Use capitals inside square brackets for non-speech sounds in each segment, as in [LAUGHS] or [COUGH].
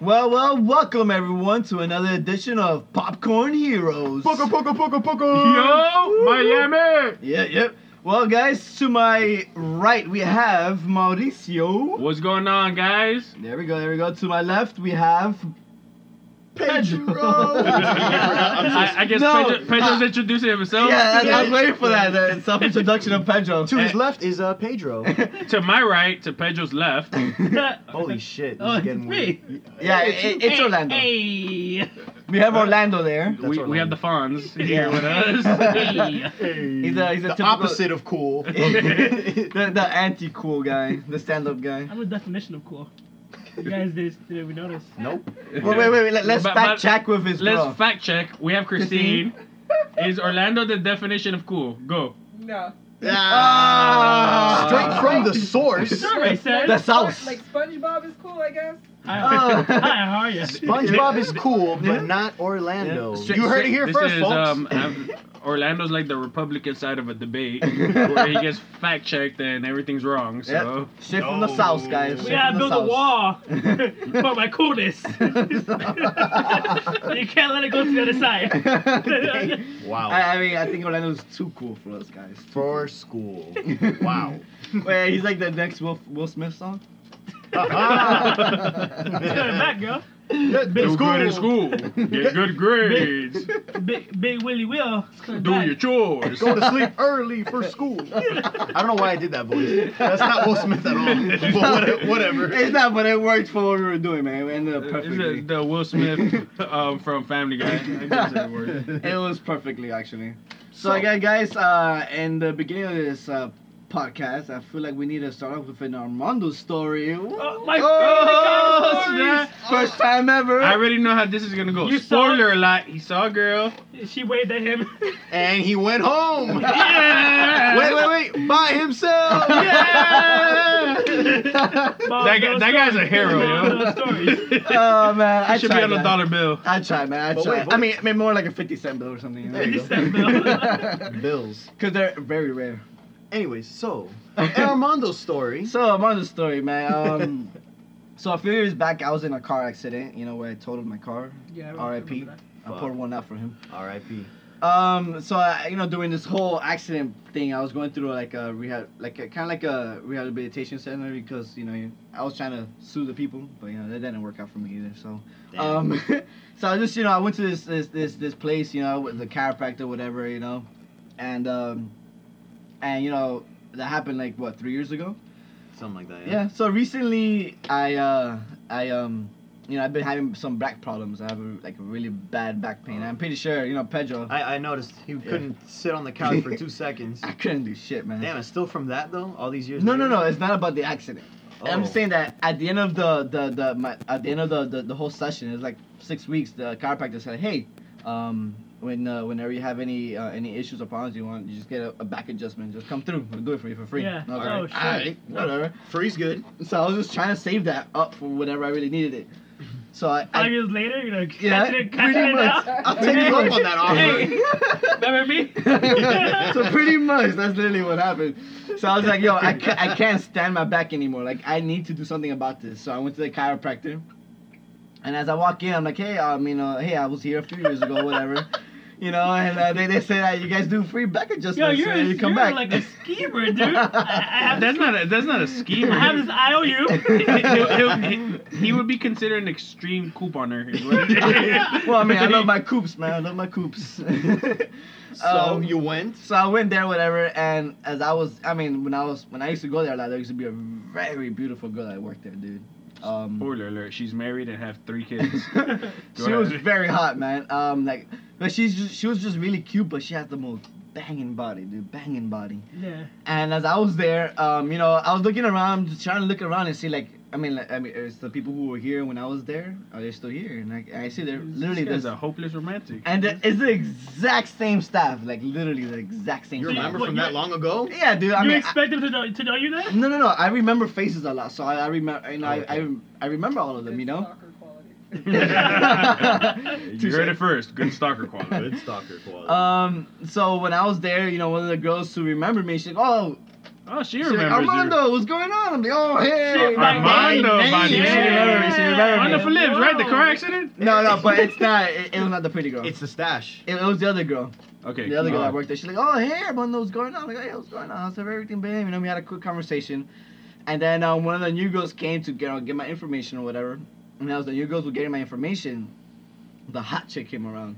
Well, well, welcome everyone to another edition of Popcorn Heroes. Poco, poco, poco, poco. Yo, Miami. Yeah, yep. Well, guys, to my right we have Mauricio. What's going on, guys? There we go, there we go. To my left we have Pedro. [LAUGHS] I, I guess No. Ah, Pedro, Pedro's introducing himself. yeah, I, I was waiting for that. The self-introduction of Pedro. To his left is uh, [LAUGHS] Pedro. To my right, to Pedro's left. [LAUGHS] Holy shit, this Oh, is it's getting me. weird. Yeah, it, it's Orlando. Hey, We have Orlando there. we, we have the Fonz here Yeah. with us. [LAUGHS] hey. He's a, he's a the typical- opposite [LAUGHS] of cool. the, the anti-cool guy, the stand-up guy. I'm a definition of cool. You guys didn't, didn't even notice. nope. [LAUGHS] Wait, wait, wait. Let, let's But- fact but- check with his Let's bro. fact check. We have Christine. Is Orlando the definition of cool? Go. No. Ah. [LAUGHS] Straight from [LAUGHS] the [LAUGHS] source. Sorry, said. That's sauce. Like SpongeBob is cool, I guess. Hi, Oh. hi, how are you? [LAUGHS] SpongeBob is cool, Yeah. but not Orlando. Yeah. Straight- You heard it here this first, is, folks. Um, I'm- Orlando's like the Republican side of a debate where he gets fact checked and everything's wrong. So Straight from the south, guys. We Straight gotta from build the a [LAUGHS] wall for my coolness. [LAUGHS] you can't let it go to the other [LAUGHS] side. south. wow. [LAUGHS] I, I mean, I think Orlando's too cool for us guys. for school. [LAUGHS] Wow. Wait, he's like the next Will, Will Smith [LAUGHS] song. Let's go back, girl. Big do good in school. school, get good grades, Big, Big Willy Will. it's coming do back. your chores. Go to sleep early for school. I don't know why I did that voice. That's not Will Smith at all. But what- whatever. It's not, but it worked for what we were doing, man. We ended up Is it perfectly. the Will Smith um, from Family Guy? I guess it works. [LAUGHS] It was perfectly actually. So, again, guys, uh, in the beginning of this uh, podcast, I feel like we need to start off with an Armando story. Oh, my [LAUGHS] Oh, favorite kind of snap. First time ever. I already know how this is gonna go. You saw- Spoiler alert: He saw a girl. stories. She waved at him. And he [LAUGHS] went home. Yeah. Wait, wait, wait. By himself. Yeah. Mom, That, guy, those that guy's a hero, stories, yo. those stories. oh man, I [LAUGHS] He should tried, be on a man. dollar bill. I tried, man. I But tried. wait, I but- mean, I mean, more like a fifty cent bill or something. you know? 50 cent bill. [LAUGHS] Bills. [LAUGHS] Cause they're very rare. Anyways, so Armando's story. So I'm on the story, man. Um, so a few years back, I was in a car accident. You know where I totaled my car. Yeah, I R.I.P.. remember that. I Fuck. poured one out for him. R.I.P. Um, so I, you know, during this whole accident thing, I was going through like a rehab, like a kind of like a rehabilitation center because you know you- I was trying to sue the people, but you know that didn't work out for me either. So, um, [LAUGHS] so I just you know I went to this this this, this place, you know, with the chiropractor, whatever, you know, and um, and you know that happened like what three years ago. Something like that. Yeah. So recently, I uh, I um, you know, I've been having some back problems. I have a, like a really bad back pain. I'm pretty sure you know Pedro. Oh. I, I noticed he couldn't sit on the [LAUGHS] couch for two seconds. I couldn't do shit, man. Damn, it's still from that though. All these years. No, no, later? no. It's not about the accident. Oh. I'm saying that at the end of the the, the my, at the end of the, the, the whole session, it's like six weeks. The chiropractor said, "Hey, um, when uh, whenever you have any uh, any issues or problems, you want you just get a, a back adjustment. Just come through. We'll do it for you for free." Yeah. And I was Oh, like, shit. "Alright, whatever." free's good. So I was just trying to save that up for whenever I really needed it. So I, Five I [LAUGHS] years later, you're like, yeah, catching it, pretty catching it much. now. I'll take you up on that offer. Hey. Remember [LAUGHS] me? so pretty much that's literally what happened. So I was like, yo, I, ca- I can't stand my back anymore. Like I need to do something about this. So I went to the chiropractor, and as I walk in, I'm like, hey, I mean, uh, hey, I was here a few years ago, whatever. You know, and uh, they, they say that you guys do free back adjustments. Yo, you're, so you come you're back. like a schemer, dude. I, I have That's this, not a, that's not a I have this schemer. IOU. He'll- he'll- he- he would be considered an extreme couponer. is [LAUGHS] what it is. well, I mean, I love my coops, man. I love my coops. [LAUGHS] So Um, you went. So I went there, whatever, and as I was, I mean, when I was, when I used to go there, like, there used to be a very beautiful girl that worked there, dude. Um, Spoiler alert: She's married and have three kids. she Go was ahead. very hot, man. Um, like, but she's just, she was just really cute, but she had the most banging body, dude, banging body. yeah. And as I was there, um, you know, I was looking around, just trying to look around and see, like, I mean, like, I mean, it's the people who were here when I was there. Are they still here? And like, I see they're [LAUGHS] literally This guy's there's a hopeless romantic. and the- it's the exact same staff, like literally the exact same. You staff. remember What, from you- that long ago? Yeah, dude. I you mean, I- expect him to know, to know you then? no, no, no. I remember faces a lot, so I, I remember, and I, Okay. I, I remember all of them. Good You know. soccer quality. Eh, [LAUGHS] You heard it first. Good stalker quality. [LAUGHS] stalker quality. Uh, Um, so when I was there, you know, one of the girls who remembered me, she's like, "Oh, Oh, she She's like, remembers Armando, [LAUGHS] you. what's going on? I'm like, oh hey. Shit, my Armando, name. by the Yeah. name. She remembered On the me. flips, right? The Whoa. car accident? No, no, but it's not. It, it was not the pretty girl. It's the stash. it, it was the other girl. Okay. The other keep girl that going. worked there, she's like, "Oh, hey, everyone, what's going on?" I'm like, "Hey, what's going on? How's everything been?" You know, we had a quick conversation, and then um, one of the new girls came to get get my information or whatever. And as the new girls were getting my information, the hot chick came around,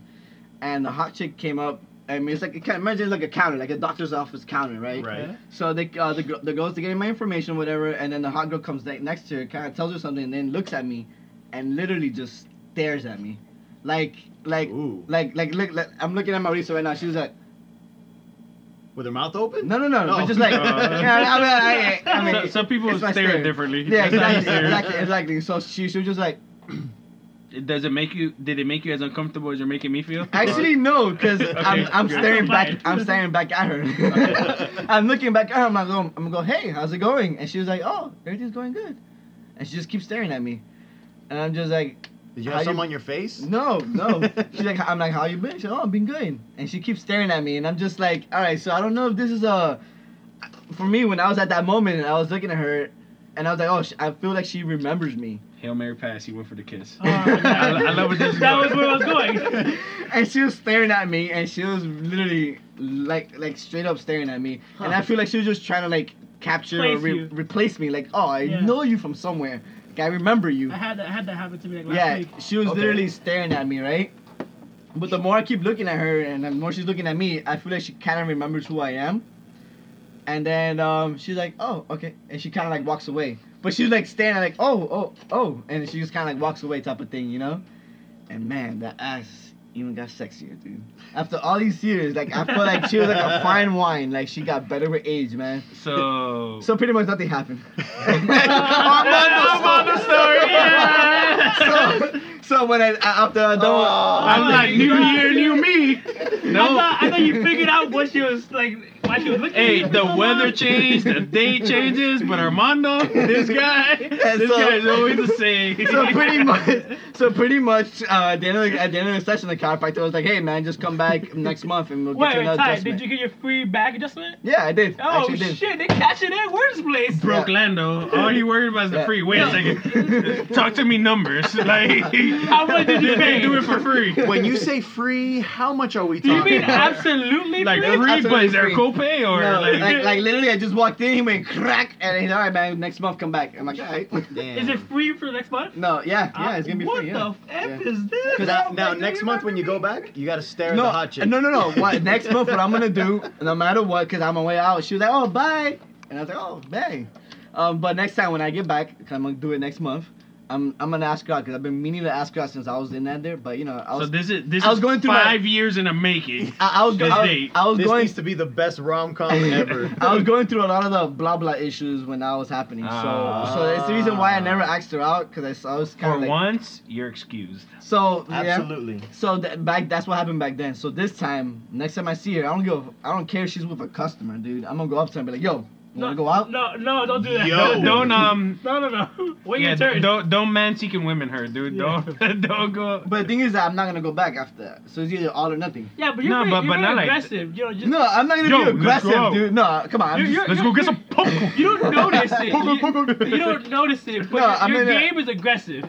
and the hot chick came up. I mean, it's like you can imagine it's like a counter, like a doctor's office counter, right? Right. So they, uh, the gr- the girls are getting my information, whatever, and then the hot girl comes ne- next to her, kind of tells her something, and then looks at me, and literally just stares at me, like like Ooh. like like look like, I'm looking at Marisa right now. She was uh, like, With her mouth open? no no no, No. but just like Uh. [LAUGHS] yeah, I mean, I, I, [LAUGHS] I mean, So- some people it's my stare stare. differently. yeah, That's how you exactly, stare. exactly, exactly. So she she was just like, Does it make you? Did it make you as uncomfortable as you're making me feel? actually no, because I'm Okay. I'm staring back, fine. I'm staring back at her. [LAUGHS] I'm looking back at her. I'm like, oh, I'm gonna go, hey, how's it going? And she was like, oh, everything's going good. And she just keeps staring at me, and I'm just like, Did you How have you- some on your face? No, no. She's like, I'm like, how you been? She's like, oh, I've been good. And she keeps staring at me, and I'm just like, all right. So I don't know if this is a. For me, when I was at that moment, and I was looking at her, and I was like, oh, sh- I feel like she remembers me. Uh, Hail Mary pass. You went for the kiss. Oh, yeah. [LAUGHS] I love where this is That going. was where I was going. [LAUGHS] and she was staring at me, and she was literally like, like straight up staring at me, and I feel like she was just trying to like capture or Replace re- you. replace me. Like, oh, I Yeah. know you from somewhere. Like, I remember you. I had that, I had that happen to me like last Yeah, week. she was Okay. literally staring at me, right? But the more I keep looking at her and the more she's looking at me, I feel like she kind of remembers who I am. And then um, she's like, oh, okay. And she kind of like walks away. But she's like staring like, oh, oh, oh. And she just kind of like walks away type of thing, you know? And man, that ass even got sexier, dude. After all these years, like, I felt like she was like [LAUGHS] a fine wine. Like, she got better with age, man. So. So pretty much nothing [LAUGHS] happened. [LAUGHS] Oh, [LAUGHS] Armando story. [LAUGHS] yeah. so, so when I after I don't, Oh, I'm like my new God. year, new me. I, No. thought, I thought you figured out what she was like, why she was looking Hey, at you. the so weather long. changed, the day changes, but Armando, [LAUGHS] this guy, so- this guy is always the same. [LAUGHS] so pretty much, so pretty much uh, at the end of the, at the end of the session, the chiropractor was like, "Hey man, just come back next month and we'll get Wait, you wait, another Ty, adjustment." did you get your free bag adjustment? Yeah, I did. Oh Actually, did. shit, they cash it in. Where's place? Bro. [LAUGHS] Broke Lando, all he worried about is the Yeah. free. Wait a second. [LAUGHS] Talk to me numbers. [LAUGHS] Like, How much did you they pay? do it for free. When you say free, how much are we Do talking? you mean about? absolutely Like, free? free, but absolutely is there a free. copay or No, like, like, like, literally, I just walked in, he went crack, and he's all right, man. Next month, come back. I'm like, all right. [LAUGHS] Damn. Is it free for next month? No, yeah, yeah, it's gonna be Uh, what free. the Yeah. f Yeah. is this? Cause now, I- now next month when you go back, you gotta stare at the hot chick. no, no, no. [LAUGHS] What next month? What I'm gonna do? No matter what, cause I'm on way out. She was like, "Oh, bye," and I was like, "Oh, bang." Um, but next time when I get back, i I'm gonna do it next month. I'm I'm gonna ask her out, cause I've been meaning to ask her out since I was in that there. But you know, I so was this is this I was is going through my- five years in the [LAUGHS] making. I, I was go- this I was- date. I was this going needs to be the best [LAUGHS] rom com ever. I was going through a lot of the blah blah issues when that was happening. So Ah. so it's the reason why I never asked her out, cause I, s- I was kind For of like once, you're excused. so yeah. Absolutely. So that back that's what happened back then. So this time, next time I see her, I don't give I don't care if she's with a customer, dude. I'm gonna go up to her and be like, yo, you wanna go out? No, no, don't do that. Yo. Don't, don't um. [LAUGHS] No, no, no. Wait yeah, your turn. don't don't man seeking women her, dude. Yeah. Don't [LAUGHS] don't go. But the thing is that I'm not gonna go back after that. So it's either all or nothing. Yeah, but you're No, very, but- you're but very not like- aggressive. you know, just No, I'm not gonna Yo, be let's go out. aggressive, dude. No, come on. I'm just- You're- you're- Let's go get some popcorn. you don't [LAUGHS] [LAUGHS] notice it. Pogo, you, pogo. you don't notice it, but No, your, I your mean, uh, game is aggressive.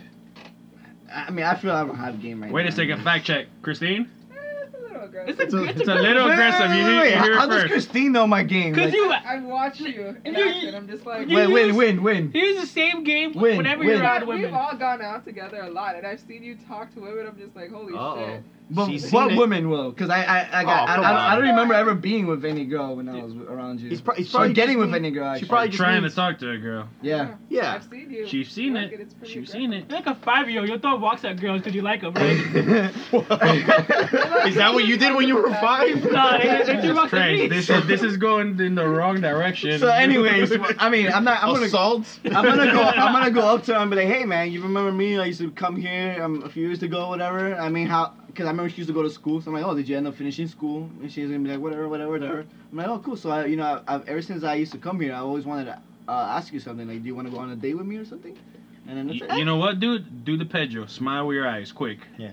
I mean, I feel I don't have game right Wait now. a second, fact check, Christine. Eh, it's a little It's aggressive. a, It's a- it's it's a little- aggressive, you hear- you hear it How does first. Christine know my game? because Like, you I watch you and You- act it. I'm just like. you- win, use- win, win, win. use the same game Win, whenever win. you're around We've women. all gone out together a lot, and I've seen you talk to women. I'm just like, holy Uh-oh. shit. But She's what seen it. woman will? Because I, I, I, got, Oh, I, come I, I on. don't remember ever being with any girl when I was around you. He's pro- he's Or probably getting just with being- any girl. she Actually. probably- I just Trying means- to talk to a girl. yeah. Yeah. I've seen you. She's seen Like it. It's pretty She's aggressive. seen it. You're like a five year old, you'll throw rocks at girls because you like them, right? [LAUGHS] Is that what you did when you were five? [LAUGHS] no, they, they threw rocks at me. Christ, this is this is going in the [LAUGHS] wrong direction. so, anyways, I mean, I'm not. I'm gonna. Assault? I'm gonna [LAUGHS] [LAUGHS] go. I'm gonna go up to her and be like, "Hey, man, you remember me? I used to come here um, a few years ago, whatever. I mean, how? Because I remember she used to go to school. So I'm like, oh, did you end up finishing school? And she's gonna be like, whatever, whatever, whatever. I'm like, oh, cool. So I, you know, I, I've ever since I used to come here, I always wanted to uh, ask you something. Like, do you want to go on a date with me or something? And then that's you, it. [LAUGHS] you know what, dude? Do the Pedro. Smile with your eyes, quick. Yeah.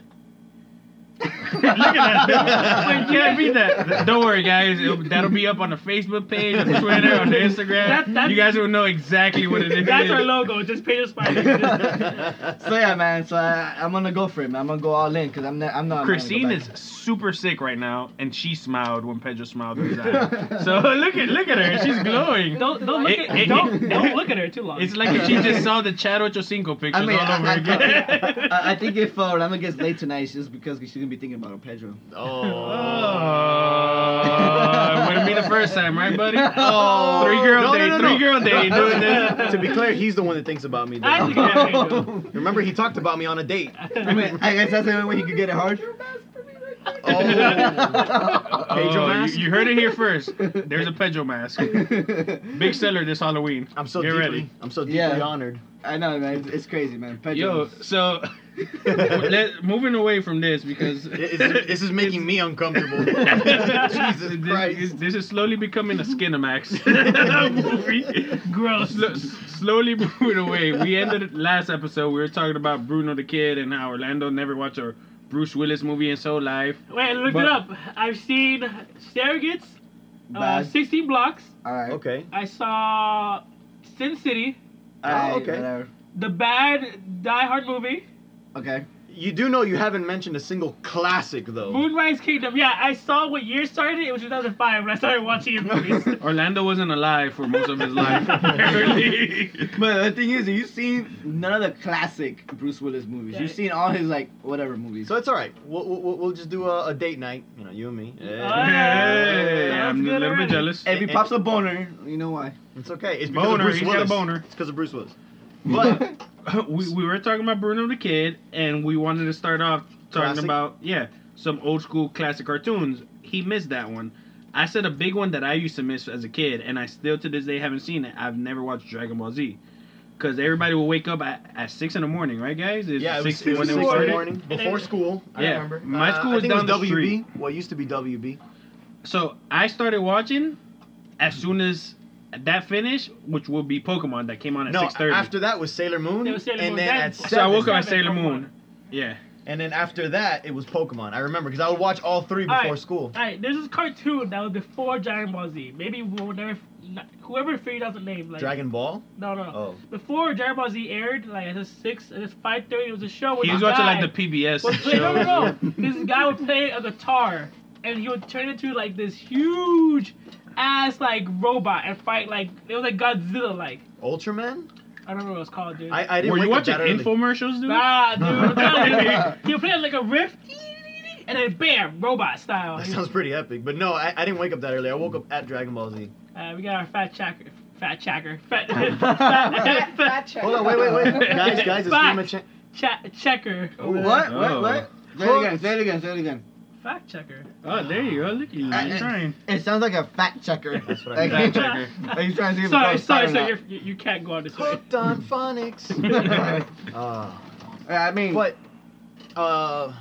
Look at that. Wait, can't beat that. Don't worry, guys. It'll- that'll be up on the Facebook page, on Twitter, on the Instagram. That- that's- you guys will know exactly what [LAUGHS] it is. That's our logo. Just pay the [LAUGHS] spider. So yeah, man. So I, I'm gonna go for it, man. I'm gonna go all in because I'm not. I'm not. Christine is super sick right now, and she smiled when Pedro smiled at his eye. So [LAUGHS] look at look at her. She's glowing. don't don't look It- at it- don't it- don't look at her too long. It's [LAUGHS] like if she just saw the Chad Ocho Cinco pictures I mean, all over I- I- again. [LAUGHS] I, I think if uh, Orlando gets late tonight, it's just because she's gonna be thinking about [LAUGHS] Pedro. Uh, Oh, [LAUGHS] it wouldn't be the first time, right, buddy? Oh. Three girl No, day, no, no, no. three girl [LAUGHS] day, doing this. to be clear, he's the one that thinks about me. though. I think it happened. Remember, he talked about me on a date. [LAUGHS] I mean, I guess that's the only way he could get it hard. Your best for me [LAUGHS] right there. Oh. Pedro Oh, you- mask? You, heard it here first. There's a Pedro mask. Big seller this Halloween. I'm so Get deeply, ready. I'm so deeply Yeah. [LAUGHS] honored. I know, man. It's, it's crazy, man. Pedro. Yo, so let, moving away from this because It- it's- [LAUGHS] this is making me uncomfortable. Jesus this, Christ. Is, this is slowly becoming a Skinamax [LAUGHS] movie. Gross. Slo- slowly [LAUGHS] moving away. We ended last episode. We were talking about Bruno the Kid and how Orlando never watched a Bruce Willis movie in so life. Wait, I looked But- it up. I've seen Surrogates, uh, Bad. 16 Blocks. all right. Okay. I saw Sin City, All right, Oh, okay. Whatever. the bad Die Hard movie, Okay. You do know you haven't mentioned a single classic though. Moonrise Kingdom. Yeah, I saw what year started. It It was 2005 when I started watching your movies. [LAUGHS] Orlando wasn't alive for most of his life, [LAUGHS] apparently. But the thing is, you've seen none of the classic Bruce Willis movies. You've seen all his like whatever movies. So it's all right. We'll, we'll, we'll just do a, a date night. You know, you and me. Hey. Oh, Hey, Sounds I'm a good little bit already. jealous. if he pops a boner, you know why? It's okay. It's because Boner, of Bruce he's Willis. got a boner. It's because of Bruce Willis. But [LAUGHS] we, we were talking about Bruno the Kid, and we wanted to start off talking Classic? about yeah some old school classic cartoons. He missed that one. I said a big one that I used to miss as a kid, and I still to this day haven't seen it. I've never watched Dragon Ball Z. Because everybody will wake up at, at 6 in the morning, right, guys? It's yeah, it was, six it was when they six started. in the morning before school. I Yeah. remember. My Uh, school I was think it down the WB. street. Well, it used to be WB. So I started watching as soon as that finished, which will be Pokemon that came on at No, 6.30. after that was Sailor Moon, It was Sailor and Moon. then Then- at So I so I seven- woke up at Seven, Sailor Pokemon. Moon. Yeah. and then after that it was Pokemon. I remember because I would watch all three All before right. school. Alright, there's this cartoon that was before Dragon Ball Z. Maybe we'll never, whoever figured out the name, like Dragon Ball. No, no, no. Oh. Before Dragon Ball Z aired, like at six, at five thirty, it was a show. Where He was this watching guy like the PBS [LAUGHS] was play- no, show. no, no. this guy would play a guitar, and he would turn into like this huge ass like robot and fight like it was like Godzilla like. Ultraman. I don't remember what it was called, dude. I, I didn't. Were you wake up watching that early. infomercials, dude? Nah, dude. I'm telling you. He would play like a riff, and then bam, robot style. [LAUGHS] That sounds pretty epic. But no, I, I didn't wake up that early. I woke up at Dragon Ball Z. Uh, we got our fat checker, fat [LAUGHS] checker, fat, [LAUGHS] fat, [LAUGHS] Fat, fat fat check. Hold on, wait, wait, [LAUGHS] wait. [LAUGHS] guys, guys, it's Fuck. Game of Ch- cha- checker. over there. What? Oh. What? What? Say it again. Say it again. Say it again. Fact checker. Oh, there you go. Look at you. I- You're I- [LAUGHS] trying. It sounds like a fact checker. That's what I Like- Fact [LAUGHS] checker. Are you trying to see if Sorry, it's fat sorry, or sorry. not? You're, you you can't go on this way. Hooked on phonics. [LAUGHS] Uh, [LAUGHS] I mean, but, uh,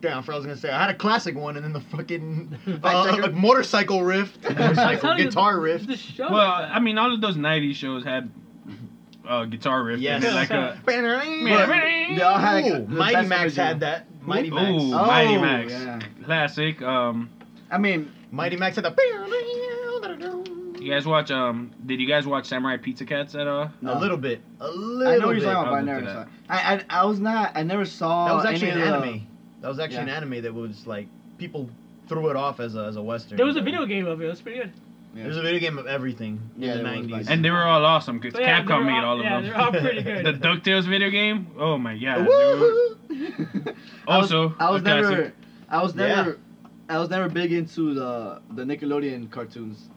damn, I forgot what I was gonna say. I had a classic one, and then the [LAUGHS] fucking Fact uh, checker. motorcycle riff, [LAUGHS] I'm [LAUGHS] motorcycle telling you, guitar riff. [LAUGHS] It's the show. Well, I mean, all of those 90s shows had uh, guitar riff. Yes. And like a, they all had like, Ooh, the Mighty best Max original. had that. Mighty Ooh, Max. Oh, Mighty Max. yeah. Classic. Um, I mean, Mighty Max had you the. guys uh, watch, um, did you guys watch Samurai Pizza Cats at all? A little bit. A little I know what bit. you're talking about, but I I'll never look saw. at it. I, I I was not. I never saw. That was actually an any of the- anime. That was actually an Yeah. anime that was like people threw it off as a as a western. there was a video game of it. It was pretty good. Yeah. There's a video game of everything Yeah, in the there was, nineties. like- And they were all awesome because But yeah, they're Capcom made all of yeah, them. they're all pretty The [LAUGHS] good. DuckTales video game? Oh my god. dude. Woo-hoo. I was- Also, I was a never, classic. I was Yeah. never, I was never big into the the Nickelodeon cartoons.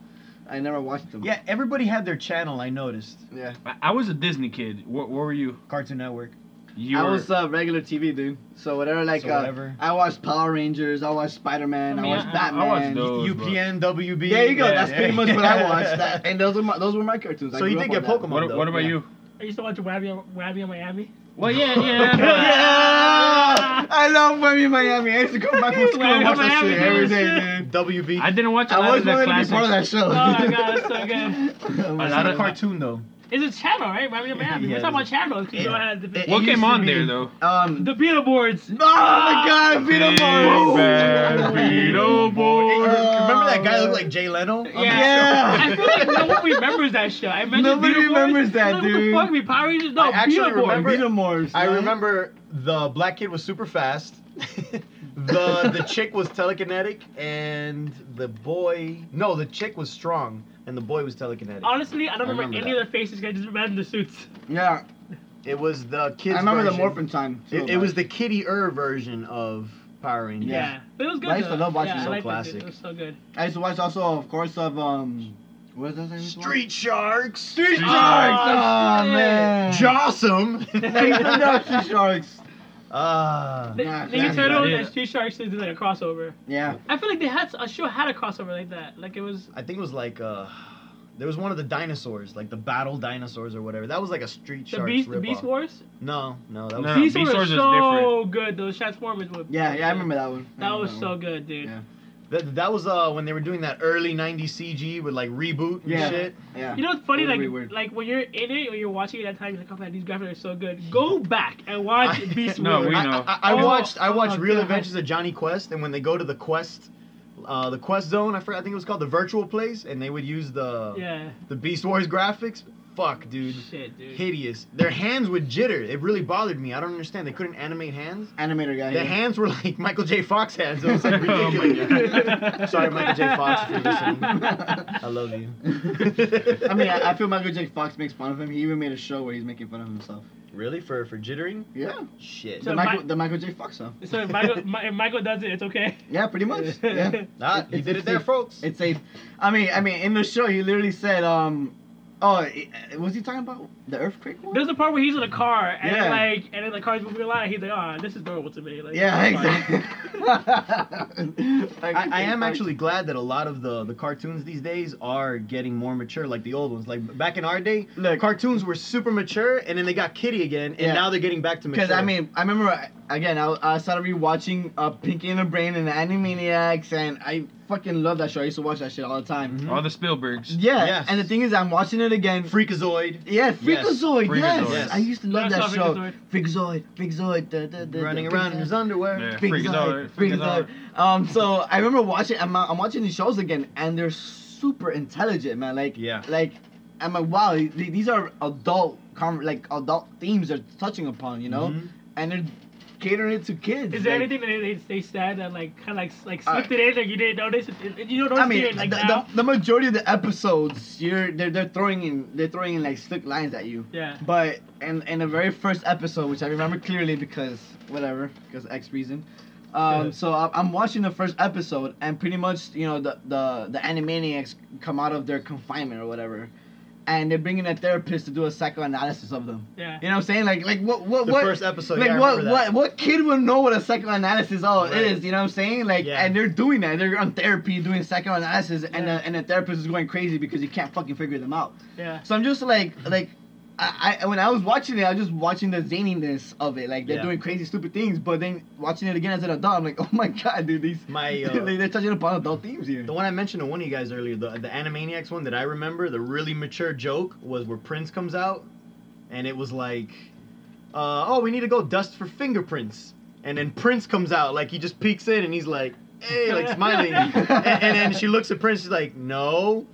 I never watched them. Yeah, everybody had their channel. I noticed yeah. I, I was a Disney kid. What, what were you? Cartoon Network. You I were, was uh, regular TV dude. So whatever, like So uh, whatever. I watched Power Rangers, I watched Spider Man, I I, mean, watched I- I Batman. watched those. Those, bro. UPN, WB. There you go. Yeah, That's yeah. pretty much what I watched. [LAUGHS] That, [LAUGHS] and those were my those were my cartoons. I So you grew did up get on that. Pokemon, what, though. what about Yeah. you? I used to watch Wabby on, Wabby on [LAUGHS] Miami. Well, yeah, yeah. but- Yeah! I love Miami, Miami. I used to come back from school and Miami, watch that shit Miami, every [LAUGHS] dude. day, dude. WB. I didn't watch a I lot always of the wanted to be classics. Oh part of that show. Oh my god, that's so It's good. lot not a of- cartoon though. It's a channel, right? Rami Miami. Yeah, We're talking about it's channels. 'cause you Yeah. don't have the, It- What it used came to on be- there though? [LAUGHS] Um. the Beetleborgs. oh my God, Vito Big Boy. Bad Beetle Boy. Remember that guy looked like Jay Leno? Yeah. I feel like no one remembers that show. I mentioned Nobody Beetleborgs. remembers that, Like, dude. What the fuck? We Power Rangers? No, I actually Beetleborgs. remember- Beetlemores. I man. remember the black kid was super fast. the the chick was telekinetic and the boy no the chick was strong and the boy was telekinetic. Honestly, I don't I remember, remember any that. of their faces. 'cause I just remember the suits. Yeah. It was the kids. I remember version. the Morphin Time. so It, it was bad. the kitty er version of Power Rangers. Yeah. But it was good. I used to though. love watching yeah, I so liked it, dude. classic. It was so good. I used to watch also, of course, of um. What is that name? Street Sharks. Street Street Sharks. Oh, Sharks. man. [LAUGHS] Production Jossum. Sharks. [LAUGHS] Ah. The, Nah, Ninja that's Turtles about it. and Street Sharks did like a crossover. Yeah. I feel like they had a show had a crossover like that. Like it was. I think it was like uh, there was one of the dinosaurs, like the battle dinosaurs or whatever. That was like a Street The Sharks Beast, the ripoff. Beast Wars. No, no, that was No. Beast Beast Wars was Wars was so good. Those Transformers were. Yeah. Yeah. I remember that one. I That remember was so one. good, dude. Yeah. that, that was uh when they were doing that early '90s CG with like reboot and Yeah. shit. Yeah. You know what's funny? It was Like, really weird. like when you're in it, when you're watching it at time, you're like, oh man, these graphics are so good. Go back and watch [LAUGHS] I- Beast No, Wars. we I, know. I, I Oh, watched I watched oh, Real God. Adventures of Johnny Quest, and when they go to the quest, uh, the quest zone, I forgot, I think it was called the virtual place, and they would use the yeah. the Beast Wars graphics. Fuck, dude. Shit, dude. [LAUGHS] Hideous. Their hands would jitter. It really bothered me. I don't understand. They couldn't animate hands. Animator guy. The yeah. hands were like [LAUGHS] Michael J. Fox hands. It [LAUGHS] was like Oh my ridiculous. God. Sorry, Michael J. Fox, if you're [LAUGHS] listening. I love [LAUGHS] you. [LAUGHS] I mean, I, I feel Michael J. Fox makes fun of him. He even made a show where he's making fun of himself. really for for jittering? Yeah. Shit. So The my- Michael, the Michael J. Fox show. So if Michael, Mi- if Michael does it, it's okay. Yeah, pretty [LAUGHS] much. Yeah. Nah, you It's- did it there, it's- folks. It's safe. I mean, I mean, in the show, he literally said, um, oh, i- was he talking about the earthquake one? There's a part where he's in a car and Yeah. then, like and then the car's moving a lot. And he's like, oh, this is normal to me. Like, yeah, it's fine. exactly. [LAUGHS] I, I am actually glad that a lot of the, the cartoons these days are getting more mature, like the old ones. Like back in our day, Look. cartoons were super mature, and then they got kitty again, and Yeah. now they're getting back to mature. Because I mean, I remember uh, again, I, I started rewatching uh, Pinky and the Brain and Animaniacs, and I fucking love that show. I used to watch that shit all the time. Mm-hmm. Mhm. All the Spielbergs. Yeah, Yes. and the thing is, I'm watching it again. Freakazoid, yeah, Yes. Freakazoid. Yes, Freakazoid. Yes. I used to love That's that not show. Freakazoid. Freakazoid, Freakazoid, da, da, da, da, running around in his underwear. Yeah. Freaks Freakazoid, out, freaks out. Freakazoid. Um, so I remember watching. I'm, I'm watching these shows again, and they're super intelligent, man. Like, Yeah. like I'm like, wow, th- these are adult, con- like adult themes they're touching upon, you know, Mhm. and they're catering it to kids. Is there like- anything that they, they, they said that like kind of like s- like Uh, slipped it in like you didn't notice? It- it- You don't notice I it mean, like the, now. the, the majority of the episodes, you're they're, they're throwing in they're throwing in like slick lines at you. yeah. But in in the very first episode, which I remember clearly because whatever, because X reason. Um, so I- I'm watching the first episode, and pretty much you know the the the Animaniacs come out of their confinement or whatever, and they're bringing a therapist to do a psychoanalysis of them. Yeah. You know what I'm saying? Like like what what The what. first episode, like yeah, I what remember that. what what kid would know what a psychoanalysis all Right. is? You know what I'm saying? Like Yeah. and they're doing that. They're on therapy doing psychoanalysis, and Yeah. the, and the therapist is going crazy because he can't fucking figure them out. Yeah. So I'm just like like I, I when I was watching it, I was just watching the zaniness of it. Like they're Yeah. doing crazy stupid things, but then watching it again as an adult, I'm like, [LAUGHS] oh my god, dude, these [LAUGHS] My, uh, they, they're touching upon adult themes here. The one I mentioned to one of you guys earlier, the the Animaniacs one that I remember, the really mature joke was where Prince comes out, and it was like, uh, "Oh, we need to go dust for fingerprints," and then Prince comes out, like he just peeks in and he's like, "Hey," like smiling, and, and then she looks at Prince, she's like, "No,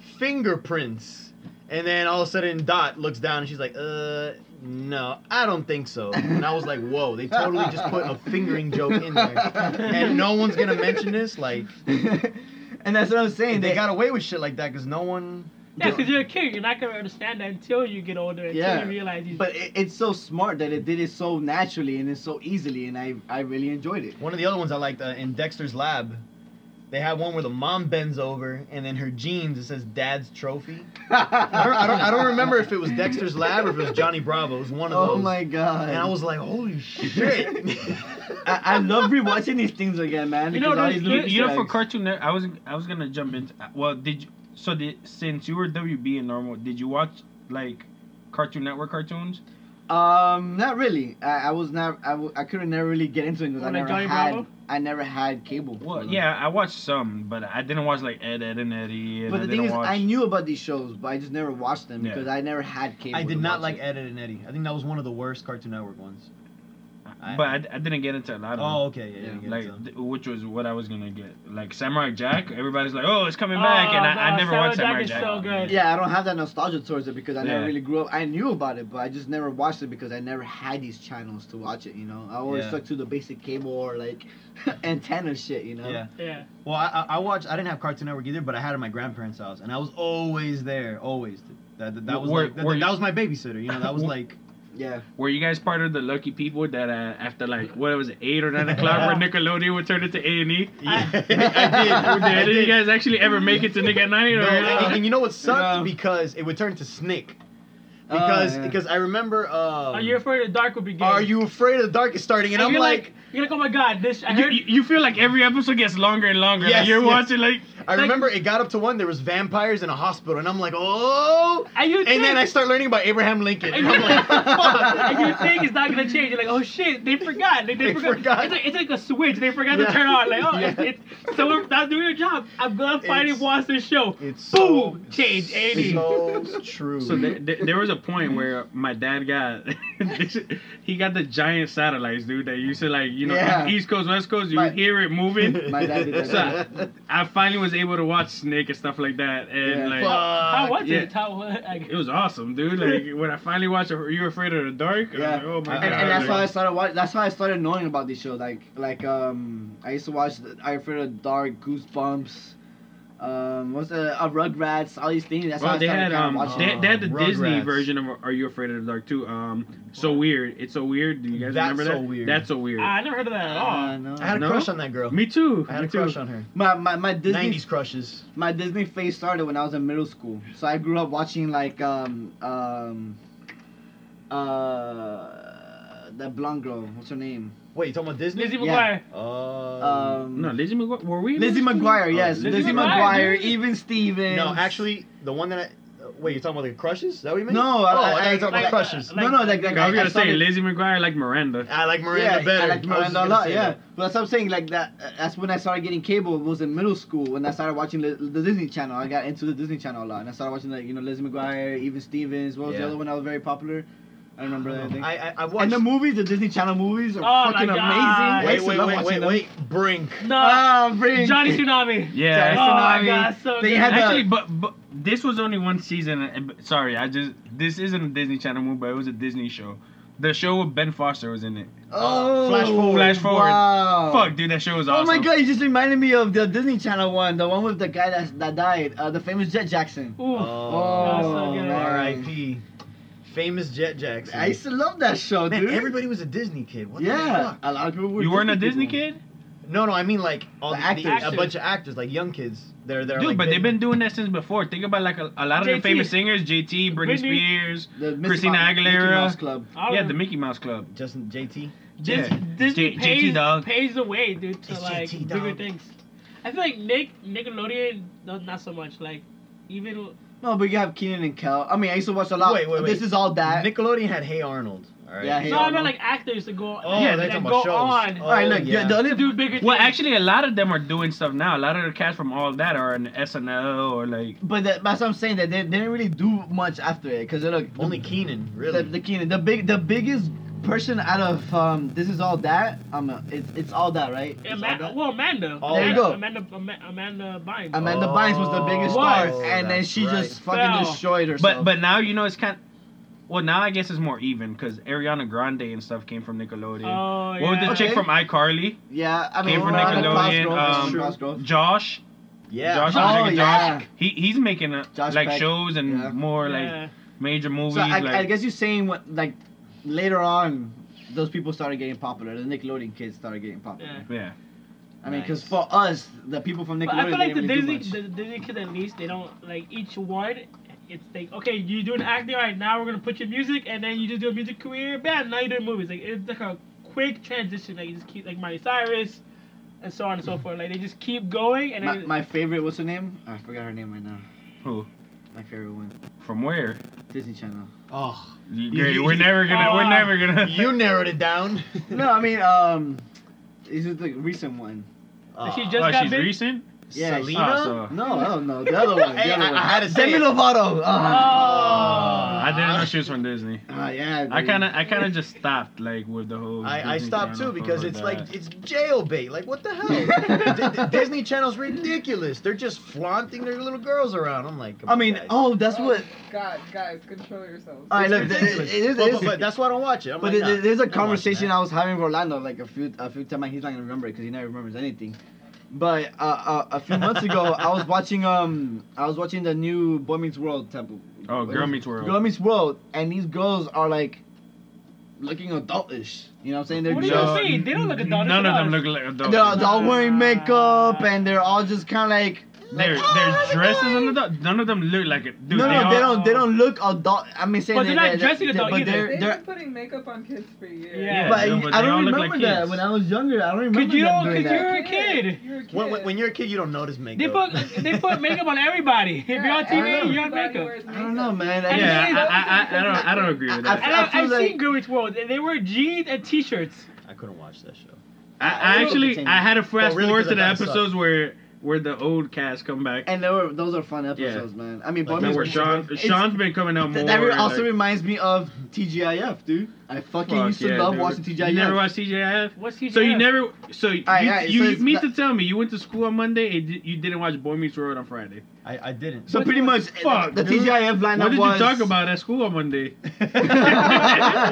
fingerprints," and then all of a sudden Dot looks down and she's like, "Uh." No, I don't think so. And I was like, "Whoa! They totally just put a fingering joke in there, and no one's gonna mention this." Like, [LAUGHS] and that's what I'm saying. and they got away with shit like that because no one. Yeah, because you're a kid, you're not gonna understand that until you get older, until Yeah. you realize you. But it, it's so smart that it did it so naturally and it's so easily, and I I really enjoyed [LAUGHS] it. One of the other ones I liked uh, in Dexter's Lab, they had one where the mom bends over and then her jeans it says Dad's trophy. I don't, I don't, I don't remember if it was Dexter's Lab or if it was Johnny Bravo. It was one of Oh those. my god! And I was [LAUGHS] like, holy shit! I, I love rewatching these things again, man. You know because all those these little kids- You know, Easter for eggs. Cartoon Network, I was I was gonna jump into. Well, did you? So did since you were WB and normal, did you watch like Cartoon Network cartoons? Um, not really. I, I was not. I, w- I couldn't never really get into it because I Well, like never Johnny had. Bravo? I never had cable. for Well, them. yeah, I watched some, but I didn't watch like Ed, Ed and Eddie. And But I the thing didn't is, watch... I knew about these shows, but I just never watched them Yeah. because I never had cable. [LAUGHS] I to did not watch like it. Ed, Ed and Eddie. I think that was one of the worst Cartoon Network ones. I- but I, I didn't get into a lot of. them. Oh, okay, yeah, Yeah, you get like it, so. th- which was what I was gonna get. Like Samurai Jack, everybody's like, "Oh, it's coming back," and Oh, I, I no, never Samurai watched Samurai Jack is Jack. so good. Yeah, I don't have that nostalgia towards it because I never Yeah. really grew up. I knew about it, but I just never watched it because I never had these channels to watch it. You know, I always Yeah. stuck to the basic cable or like [LAUGHS] antenna shit. You know. yeah. Yeah. Well, I, I- I watched. I didn't have Cartoon Network either, but I had it at my grandparents' house, and I was always there, always. That that, that was Were- like, that, were that you- was my babysitter. You know, [LAUGHS] that was Were- like. Yeah. Were you guys part of the lucky people that uh, after like what was it, eight [LAUGHS] or nine o'clock, where Nickelodeon would turn it to A and E? I, [LAUGHS] Did I any of you guys actually ever make it to Nick at Night? Or, No, and, and you know what sucked No. because it would turn to Snick Oh, because yeah. because I remember. Um, Are you afraid the dark will begin? Are You Afraid of the dark is starting, and And I'm you're like, you're like, oh my god, this. I You, heard. you- you feel like every episode gets longer and longer. Yes, like you're yes. watching like I remember it got up to one. There was vampires in a hospital, and I'm like, oh. and you think, And then I start learning about Abraham Lincoln. And and I'm you, [LAUGHS] like, and you fuck. think it's not gonna change? You're like, oh shit, they forgot. They, they, They forgot. forgot. It's, like, it's like a switch. They forgot Yeah. to turn on. Like, oh, Yeah. it's, it's someone not doing their job. I'm gonna find It's- and watch this show. It's Boom! Change, 80. So true. [LAUGHS] So there, there, there was a point where my dad got [LAUGHS] he got the giant satellites, dude. That used to like you know Yeah. East Coast, West Coast. You My- hear [LAUGHS] it moving. My dad did that. Fuck. I finally was able to watch Snake and stuff like that, and Yeah. like How was yeah. it? How was like, it was awesome, dude. Like when I finally watched it, You Afraid of the Dark? I was Yeah. like, oh my And- god. and, and that's why I like, started. Watch, that's why I started knowing about this show. Like, like um, I used to watch the I Afraid of the Dark, Goosebumps, um, what's the uh, Rugrats, all these things. That's well, how I they started had kinda um, watching. they, it. they had the Rugrats. Disney version of Are You Afraid of the Dark too. Um, so weird. It's so weird. Do you guys That's remember So that? Weird. That's so weird. oh, I never heard of that at Uh, all. no. I had a No? crush on that girl. Me too. I had Me a crush too. on her. my, my my Disney 90s crushes. my Disney phase started when I was in middle school. So I grew up watching like um um uh that blonde girl. What's her name? Wait, you talking about Disney? Lizzie Yeah. McGuire. Uh, Um, No, Lizzie McGuire. Were we? in Lizzie middle school? McGuire. Oh, Yes, Lizzie Lizzie, McGuire, McGuire. dude. Even Stevens. no, actually, the one that I. uh, Wait, you're talking about the crushes? Is that what you mean? No, oh, I- I, thought I- you were talking like, about crushes. uh, no, no, like, like I was I- I gonna say started- Lizzie McGuire like Miranda. I like Miranda yeah, better. I like was just Miranda a gonna lot. say Yeah, that. but that's what I'm saying. Like that. uh, That's when I started getting cable. Was in middle school when I started watching the, the Disney Channel. I got into the Disney Channel a lot, and I started watching like you know Lizzie McGuire, even Stevens. What was Yeah. the other one that was very popular? I don't remember that. I think. I, I, I watched. and the movies, the Disney Channel movies, are Oh my fucking amazing. God. I Wait, used to wait, love wait, watching wait, them. wait. Brink. No, [LAUGHS] Ah, bring Johnny Tsunami. Johnny Oh Yeah. my Tsunami. God, so They good. had the- Actually, but, but this was only one season. and- and- Sorry, I just this isn't a Disney Channel movie, but it was a Disney show. The show with Ben Foster was in it. Oh, Flash forward. Flash forward. Wow. Fuck, dude, that show was awesome. Oh my god, you just reminded me of the Disney Channel one, the one with the guy that that died, uh, the famous Jet Jackson. Ooh. Oh. Oh, Oh. so good. man. R.I.P. Famous Jet Jackson. I used to love that show, Man, dude. everybody was a Disney kid. What the yeah, fuck? a lot of people were. you weren't a Disney people. kid, No, no, I mean like all The the, the- actors. a bunch of actors, like young kids. They're they're dude. like but big- they've been doing that since before. Think about like a, a lot of the JT. famous singers: JT, Britney Britney. Spears, The Mickey Christina Mouse- Mickey Aguilera. Mouse Club. I don't yeah, know. the Mickey Mouse Club. Justin JT. Dis- Yeah. Disney J- JT pays, dog. pays the way, dude, to It's like JT bigger dog. things. I feel like Nick Nickelodeon, no, not so much. Like even No, but you have Keenan and Kel. I mean, I used to watch a lot. Wait, wait, wait. This is all that. Nickelodeon had Hey Arnold. All right. Yeah, Hey no, I Arnold. meant like actors to go Oh, yeah, they're that talking go about shows. on Oh, all right, look, yeah. yeah. the to only do bigger. Well, things. actually, a lot of them are doing stuff now. A lot of the cast from all that are in SNL or like but that, that's what I'm saying. That they, they didn't really do much after it, because look, the- Only Keenan, really. the, the Keenan, the big, the biggest person out of um, this is all that. Um, it's it's all that, right? Yeah, It's Ma- all that. well, Amanda. All There you Amanda, go. Amanda, Ama- Amanda Bynes. Amanda Bynes was the biggest Oh, star, that's and then she right. just fucking Fell. destroyed herself. But but now you know it's kind. well, now I guess it's more even because Ariana Grande and stuff came from Nickelodeon. oh yeah. what was the Okay. chick from iCarly? yeah, I mean, Came from we're on a cross Nickelodeon, growth, um, it's true, cross growth. Josh. yeah. Josh. Oh, Josh. yeah. He he's making uh Josh like Peck. shows and Yeah. more like yeah. major movies. So I, like, I guess you're saying what like later on, those people started getting popular. The Nickelodeon kids started getting popular. Yeah. yeah. I mean, because Nice. for us, the people from Nickelodeon, But I feel like the didn't really Disney, do much. the Disney kids at least they don't like each one. It's like okay, you do an acting right now. We're gonna put your music, and then you just do a music career. Bam, now you're doing movies. Like it's like a quick transition. Like you just keep like Miley Cyrus, and so on and so forth. Like they just keep going, and Mm-hmm. my, then my favorite, what's her name? I forgot her name right now. Who? My favorite one, From where? Disney Channel. Oh, Great. We're never gonna. Oh, we're wow. never gonna. [LAUGHS] you narrowed it down. [LAUGHS] No, I mean, um, is it the recent one? Uh, She just- Oh, got she's big? recent. Yeah, she- Selena? Oh, so- No, no, no, the other one. The Hey, other I- one. I had to say Demi it. Lovato. Ah, Oh, I didn't know she was from Disney. ah, yeah. I dude. kind of, I kind of just stopped like with the whole. I, I Disney stopped too Channel because for it's that. like it's jailbait. Like what the [LAUGHS] hell? D- D- Disney Channel's ridiculous. They're just flaunting their little girls around. I'm like, come I on, mean, guys. oh, that's what. God, guys, control yourselves. All right, look, It's th- ridiculous. it is- But- it but- is- but that's why I don't watch it. I'm But like, there- nah, there's I'm a watching conversation that. I was having with Orlando like a few a few times. and He's not gonna remember it because he never remembers anything. But uh, uh, a few months ago, I was watching um I was watching the new Boy Meets World temple. Oh, Girl Meets World. Girl Meets World, and these girls are like looking adultish. You know what I'm saying? They're What do you just mean? They don't look adult, None of it's them us. look like adults. they're all wearing makeup and they're all just kind of like Their like, their dresses on the dog. None of them look like it. Dude, no, they no, all, they don't. They don't look adult. I mean, saying But that- they're not that- dressing that- adult but either. they're, They've they're been putting makeup on kids for years. Yeah. but, No, but I they all don't look like remember that kids. when I was younger. I don't remember you them don't- doing could that. You're a kid. You're a kid. When, when, when you're a kid, you don't notice They makeup. put they [LAUGHS] put makeup on everybody. If you're on TV, you're on Everybody makeup. wears I don't know, man. I, And Yeah, then- I, I, I, I don't, I don't agree with I- that. And I I, feel I've like- seen Greenwich World. and They wear jeans and t-shirts. [LAUGHS] I couldn't watch that show. I, I actually, I had to fast Oh, really? forward 'Cause to I the thought it sucked. episodes where where the old cast come back. And they were, those are fun episodes, man. I mean, Like, Boy that Meets Remember where World- Sean, it's- Sean's been coming out more. That, that re- also like, reminds me of TGIF, dude. I fucking fuck used to yeah, love dude. watching TGIF. You never watched TJF? What's he? So you doing? [LAUGHS] never, so you, Alright, alright, you, so you it's mean not- to tell me you went to school on Monday and di- you didn't watch Boy Meets World on Friday? I, I didn't. [LAUGHS] so What pretty the much, fuck, the dude? TGIF lineup what did was. you [LAUGHS] talk about [LAUGHS] at school on Monday? How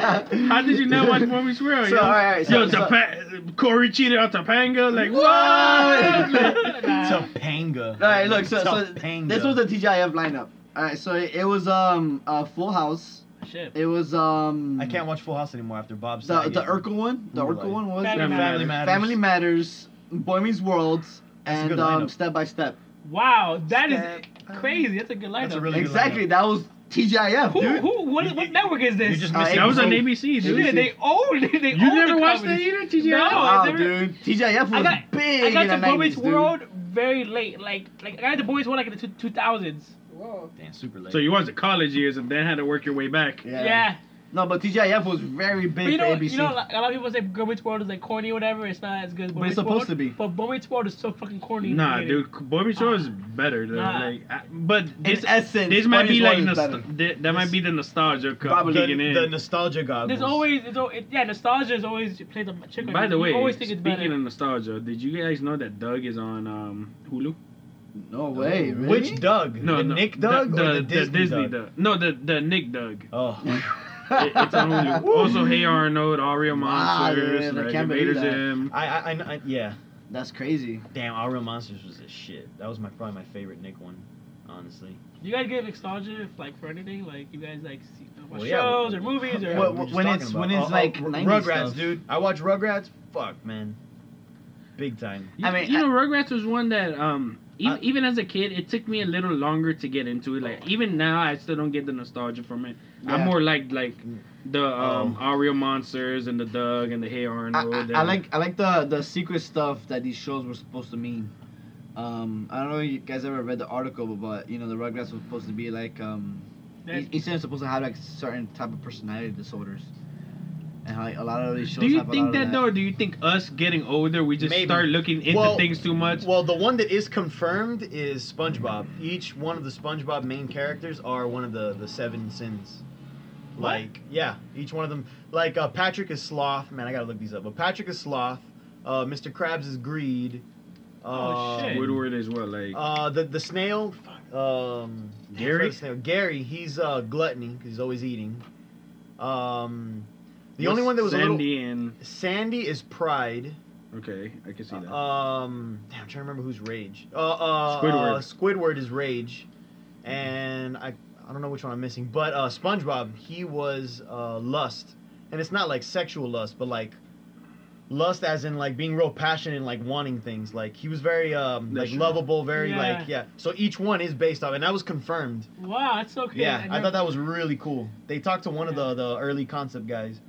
How did [LAUGHS] you not watch Boy Meets World? So, yo, alright, so- yo so- [LAUGHS] Tapa- Corey cheated on Topanga. Like What? [LAUGHS] what? Nah. Topanga. All right, look. So, so Topanga. this was the TGIF lineup. All right, so it, it was um uh, Full House. Shit. It was um. I can't watch Full House anymore after Bob's. The the Urkel one. The Moonlight. Urkel one was Family, Family Matters. Matters. Family Matters, Boy Meets World, That's a and good um lineup. Step by Step. Wow, that is Step crazy. That's a good lineup. That's a really good Exactly. That was TGIF, who, dude. who, what, what network is You this? just Uh, missed it That was on Hey, ABC, you dude. Dude, they own. [LAUGHS] They you own never the watched that comedy. either, TJ? No. Wow, I never- dude. TGIF was I got- big I got in the to Boy 90s, Meets dude. World very late. Like, like I got to Boy Meets World like in the two- 2000s. Whoa. Damn, super late. So you watched the college years and then had to work your way back. Yeah. Yeah. No, but TGIF was very big But you know, for ABC. you know, like, a lot of people say Boy Meets World is like corny or whatever. It's not as good. as Boy But it's Meets World, supposed to be. But Boy Meets World is so fucking corny. in the Nah, beginning. dude, Boy Meets World is better though. Nah. Like, I, but Ah. in this, essence, this might Boy be Meets like World is nost- better. th- that might be the nostalgia cup Probably. the, kicking in. the nostalgia goggles. There's always, it's always, yeah, nostalgia is always played the chicken. By the you way, always think it's speaking better. of nostalgia, did you guys know that Doug is on um, Hulu? No way, really? Which Doug? the Nick Doug the, or the, Disney, Doug? No, the the Nick [LAUGHS] Doug. Oh, [LAUGHS] It- [LAUGHS] it's on Hulu. also, Hey Arnold, Aria Wow, dude, Monsters, I like, can't believe Invader that. Zim. I, I, I, I yeah. That's crazy. Damn, Our Real Monsters was a shit. That was my probably my favorite Nick one, honestly. You guys get nostalgia if, like for anything, like you guys like see, watch Well, yeah, shows we- or movies or. Well, we were just when talking it's- about- when it's like Ru- 90s Rugrats, stuff. dude. I watch Rugrats. Fuck, man. Big time. You, I mean, you I- know, Rugrats was one that um, even, I- even as a kid, it took me a little longer to get into it. Like even now, I still don't get the nostalgia from it. Yeah. I'm more like like the um, Oh. Aria Monsters and the Doug and the Hey Arnold. I, I- and- I like I like the the secret stuff that these shows were supposed to mean. Um, I don't know if you guys ever read the article, but you know the Rugrats was supposed to be like um, That- each each of them supposed to have like certain type of personality disorders, and like a lot of these shows. Do you have a think lot of that though? Or do you think us getting older, we just Maybe. start looking into Well- things too much? Well, the one that is confirmed is SpongeBob. Each one of the SpongeBob main characters are one of the the seven sins. Like, yeah, each one of them. Like uh, Patrick is sloth. Man, I gotta look these up. But Patrick is sloth. Uh, Mr. Krabs is greed. Oh, uh, shit. Woodward as well, like Uh, the the snail, um, Gary? the snail. Gary, he's uh, gluttony 'cause he's always eating. Um, the only one that was a little Sandy and Sandy is pride. okay, I can see that. Um, damn, I'm trying to remember who's rage. Uh, uh, Squidward. uh, Squidward is rage, and I I don't know which one I'm missing, but uh, SpongeBob he was uh, lust, and it's not like sexual lust, but like. Lust, as in like being real passionate and like wanting things. Like he was very um That's like true. lovable, very Yeah. like yeah. So each one is based off, and that was confirmed. wow, that's so cool. Yeah, I never- thought that was really cool. They talked to one of the the early concept guys,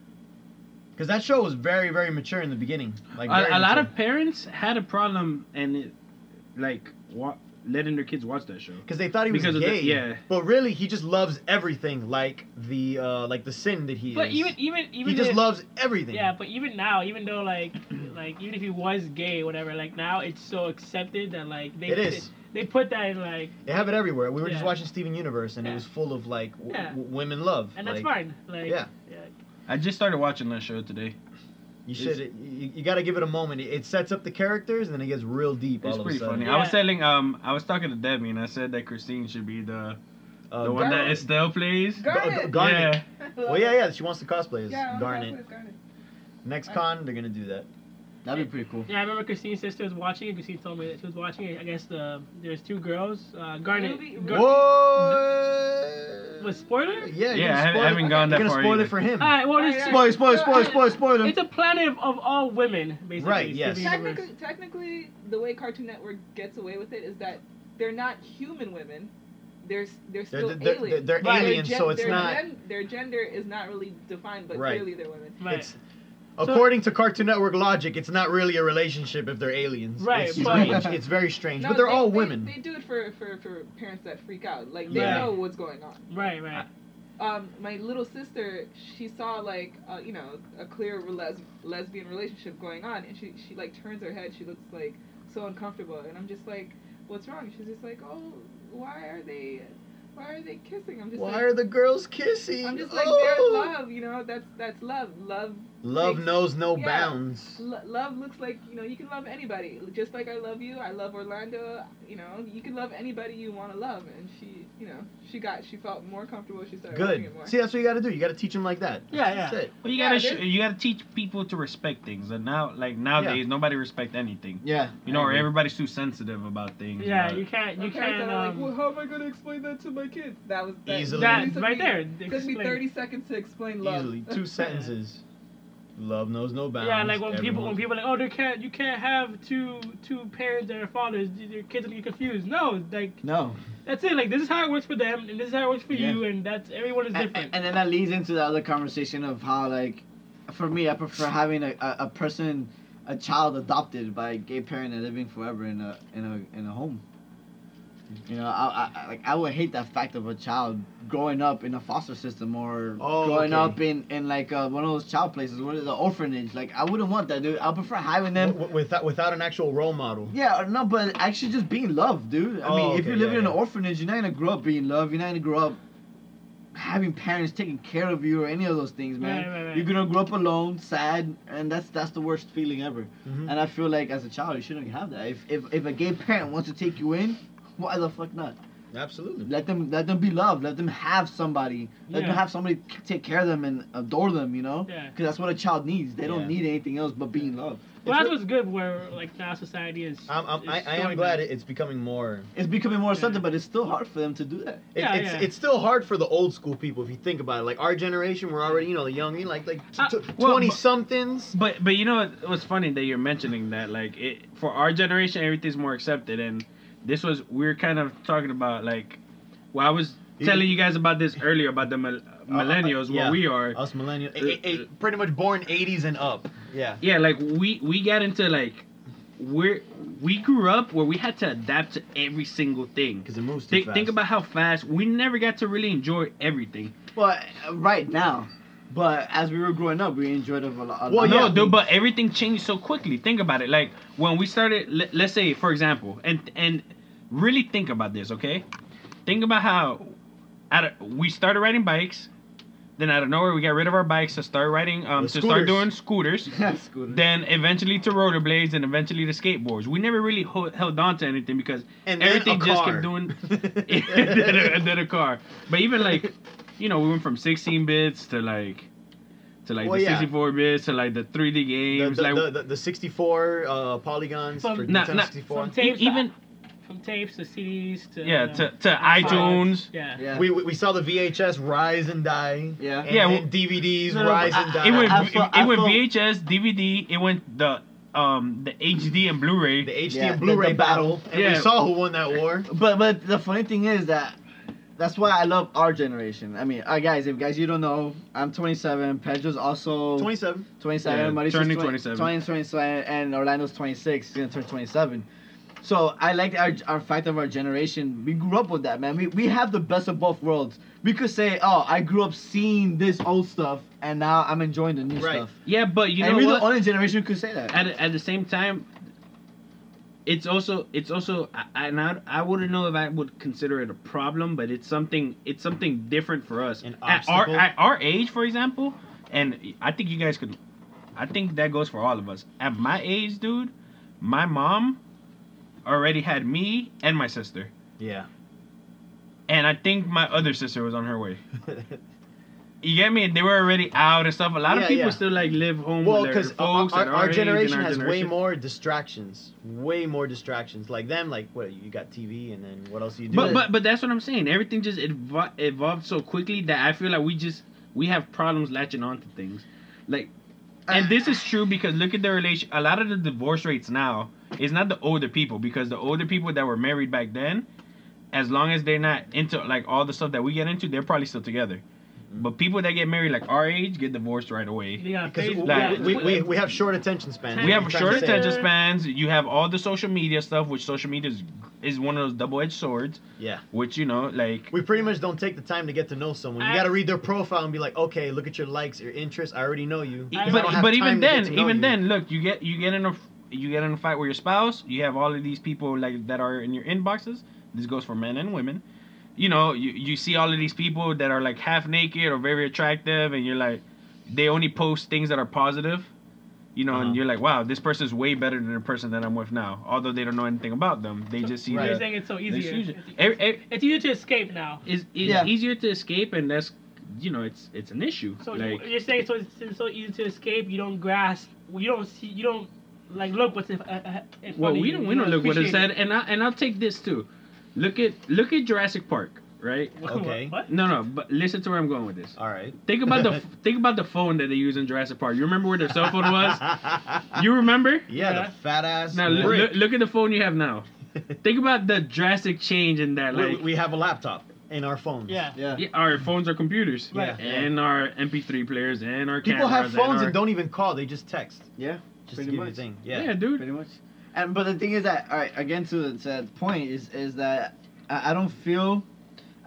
because that show was very very mature in the beginning. Like a, very a lot mature. of parents had a problem and it, like wa- letting their kids watch that show. because they thought he was Because of the- gay. yeah. But really, he just loves everything, like the uh, like the sin that he But is. even even even he just if- loves everything. Yeah, but even now, even though like [CLEARS THROAT] like even if he was gay, or whatever, like now it's so accepted that like they it is. They, put that in like, They have it everywhere. We were just Yeah. watching Steven Universe, and it Yeah. was full of like w- Yeah. w- women love. and that's like, fine. Like yeah. I just started watching that show today. You should. You, you got to give it a moment. It, it sets up the characters, and then it gets real deep. It's all pretty of a sudden. funny. I was Yeah. telling um I was talking to Debbie and I said that Christine should be the Uh, the one that Garnet. Estelle plays. Gar- Gar- Garnet. Garnet. Yeah. Well, yeah, yeah. She wants to cosplay as Yeah, Garnet. Garnet. Garnet. Next con, they're gonna do that. That'd be pretty cool. Yeah, I remember Christine's sister was watching it. Christine told me that she was watching it. I guess the there's two girls, uh, Garnet. Ruby- Gar- Whoa. What? With spoiler? Yeah. you're Yeah, I gonna haven't- spoil I haven't it. gone that You're far gonna spoil either. it for him. All right, well, Alright, it's, alright. Spoil, spoil, spoil, spoil, spoil them. it's a planet of all women, basically. Right, Steven yes. Universe. Technically, technically, the way Cartoon Network gets away with it is that they're not human women. They're s- they're They're, still they're, they're, aliens. they're Right. aliens, Their so gen- it's their not. gen- their gender is not really defined, but Right. clearly they're women. Right. It's according to Cartoon Network logic, it's not really a relationship if they're aliens. Right, It's but- strange. it's very strange. No, but they're they- all they- women. They, do it for, for, for parents that freak out. Like they Yeah. know what's going on. right, right. Um, my little sister, she saw like uh, you know a clear les- lesbian relationship going on, and she she like turns her head. She looks like so uncomfortable, and I'm just like, what's wrong? She's just like, oh, why are they, why are they kissing? I'm just Why like, are the girls kissing? I'm just like Oh! they're love. You know that's that's love. Love Love Like, knows no yeah. bounds. Lo- love looks like you know you can love anybody just like i love you i love orlando you know you can love anybody you want to love and she you know she got she felt more comfortable she started loving Good. it more See, that's what you got to do. You got to teach them like that. Yeah, That's yeah. it. Well, you Yeah, gotta it sh- is. you gotta teach people to respect things, and now like nowadays nobody respect anything. Yeah. You know, or agree. everybody's too sensitive about things. Yeah, about- you can't, My you parents can't. are like, well, Um, how am I gonna explain that to my kids? That was that, Easily. that that took right me- there. It took me explain. 30 seconds to explain love. Easily, [LAUGHS] two sentences. Love knows no bounds. Yeah, like when people Everyone- when people are like, oh, there can't you can't have two two parents that are fathers. Your kids are gonna get confused. No, like No. that's it. Like this is how it works for them, and this is how it works for Yeah. you, and that's everyone is And, different. and then that leads into the other conversation of how, like, for me, I prefer having a, a, a person, a child adopted by a gay parent and living forever in a in a in a home. You know, I, I- I like I would hate that fact of a child growing up in a foster system or Oh, growing okay. up in in like uh, one of those child places, what is the orphanage? Like I wouldn't want that, dude. I prefer having them. W- w- without without an actual role model. Yeah, or no, but actually just being loved, dude. I Oh, mean, if okay, you're living yeah, in an yeah. orphanage, you're not gonna grow up being loved. You're not gonna grow up having parents taking care of you or any of those things, man. Right, right, right. You're gonna grow up alone, sad, and that's that's the worst feeling ever. Mhm. And I feel like as a child, you shouldn't have that. If if, if a gay parent wants to take you in, why the fuck not? Absolutely. Let them let them be loved. Let them have somebody. Let Yeah. them have somebody c- take care of them and adore them. You know, Yeah. because that's what a child needs. They Yeah. don't need anything else but being loved. well, It's that's what's good where like now society is. I'm, I'm, is I, I am showing glad that. it, it's becoming more. It's becoming more Yeah. accepted, but it's still hard for them to do that. It, Yeah, it's yeah. it's still hard for the old school people if you think about it. Like our generation, we're already you know the young, you know, like like Uh, well, twenty somethings. But but you know what- what's funny that you're mentioning that like it for our generation everything's more accepted and this was we were kind of talking about like well I was You- telling you guys about this earlier about the mil- millennials Uh, yeah. where we are Us millennials, Uh, uh, pretty much born eighties and up. Yeah. yeah like we we got into like we're we grew up where we had to adapt to every single thing. Because it moves too Think, fast. think about how fast we never got to really enjoy everything. Well, uh, right now. But as we were growing up, we enjoyed it a lot. Well, Well, no, Oh, yeah. dude, but everything changed so quickly. Think about it. Like when we started, let, let's say, for example, and and really think about this, okay? Think about how out of, we started riding bikes, then out of nowhere we got rid of our bikes to start riding, um, With to scooters. start doing scooters, [LAUGHS] That's good. then eventually to rollerblades, and eventually to skateboards. We never really ho- held on to anything because [LAUGHS] and everything just kept [LAUGHS] doing [LAUGHS] then, a, and then a car. But even like, you know, we went from 16 bits to like, to like Well, the yeah. 64 bits to like the 3D the, games. the, like the, the, the 64 uh, polygons From- for Nah, Nintendo nah. 64. From e- tapes, even from tapes to CDs to yeah, uh, to to files. iTunes. Yeah. yeah. We, we, we saw the VHS rise and die. Yeah. And Yeah, then well- DVDs No, no, rise but and I- die. It went I it, feel- I it went feel- VHS, DVD. It went the um the HD and Blu-ray. the HD Yeah, and the- Blu-ray the battle. battle. And we Yeah. saw who won that war. but but the funny thing is that that's why I love our generation. I mean, uh, guys, if guys you don't know, I'm 27. Pedro's also 27. 27. Yeah, Marisha's turning 20 27. 20, 27, and Orlando's 26. He's gonna turn 27. So I like our, our fact of our generation. We grew up with that, man. We, we have the best of both worlds. We could say, oh, I grew up seeing this old stuff, and now I'm enjoying the new Right. stuff. Yeah, but you and know we're what? the only generation who could say that. at, at the same time it's also it's also I- I, and I, I wouldn't know if I would consider it a problem but it's something it's something different for us An at our, obstacle? at our age for example and I think you guys could I think that goes for all of us at my age dude my mom already had me and my sister Yeah. [LAUGHS] and I think my other sister was on her way you get me? They were already out and stuff. A lot Yeah, of people yeah. still like live home well, with their because our, folks. our, and our age and generation our has way generation. more distractions. Way more distractions. Like them, like what you got TV, and then what else do you do? But but but that's what I'm saying. Everything just evo- evolved so quickly that I feel like we just we have problems latching on to things. Like, Ah. and this is true because look at the relation. A lot of the divorce rates now is not the older people because the older people that were married back then, as long as they're not into like all the stuff that we get into, they're probably still together. Mm-hmm. But people that get married like our age get divorced right away. They got because Facebook, we, like, yeah, we, we, Twitter. we have short attention spans. We I'm have trying short to say- attention spans. You have all the social media stuff, which social media is, is one of those double-edged swords. Yeah. Which you know, like We pretty much don't take the time to get to know someone. You I- got to read their profile and be like, okay, look at your likes, your interests. I already know you. I I don't but have but time even to get then, to know even you. then, look, you get you get in a you get in a fight with your spouse. You have all of these people like that are in your inboxes. This goes for men and women. You know, you you see all of these people that are like half naked or very attractive, and you're like, they only post things that are positive. You know, Uh-huh. and you're like, wow, this person's way better than the person that I'm with now. Although they don't know anything about them, they just see e, You're Right. the- saying it's so they easy. see It's, it. Every- every- it's easier to escape now. It's, it's Yeah. easier to escape, and that's, you know, it's it's an issue. So like, you're saying so it's, it's so easy to escape. You don't grasp. You don't see. You don't like look what's in, uh, uh, in Well, front of we you. don't You we don't look what it appreciate said, and I and I'll take this too. Look at look at Jurassic Park, right? [LAUGHS] What- Okay. What? No, no, but listen to where I'm going with this. All right. Think about the think about the phone that they use in Jurassic Park. You remember where their cell phone was? You remember? [LAUGHS] yeah, Yeah. the fat ass. Now look, look, look at the phone you have now. Think about the drastic change in that. we, Like, we have a laptop in our phones. Yeah. yeah. yeah, our phones are computers, Yeah. and our MP3 players, and our People have cameras, phones our- and don't even call; they just text. Yeah, Just Pretty to give you much. a thing. Yeah, Yeah. dude. pretty much. And but the thing is that, all right, again to the- to that point is is that I, I don't feel,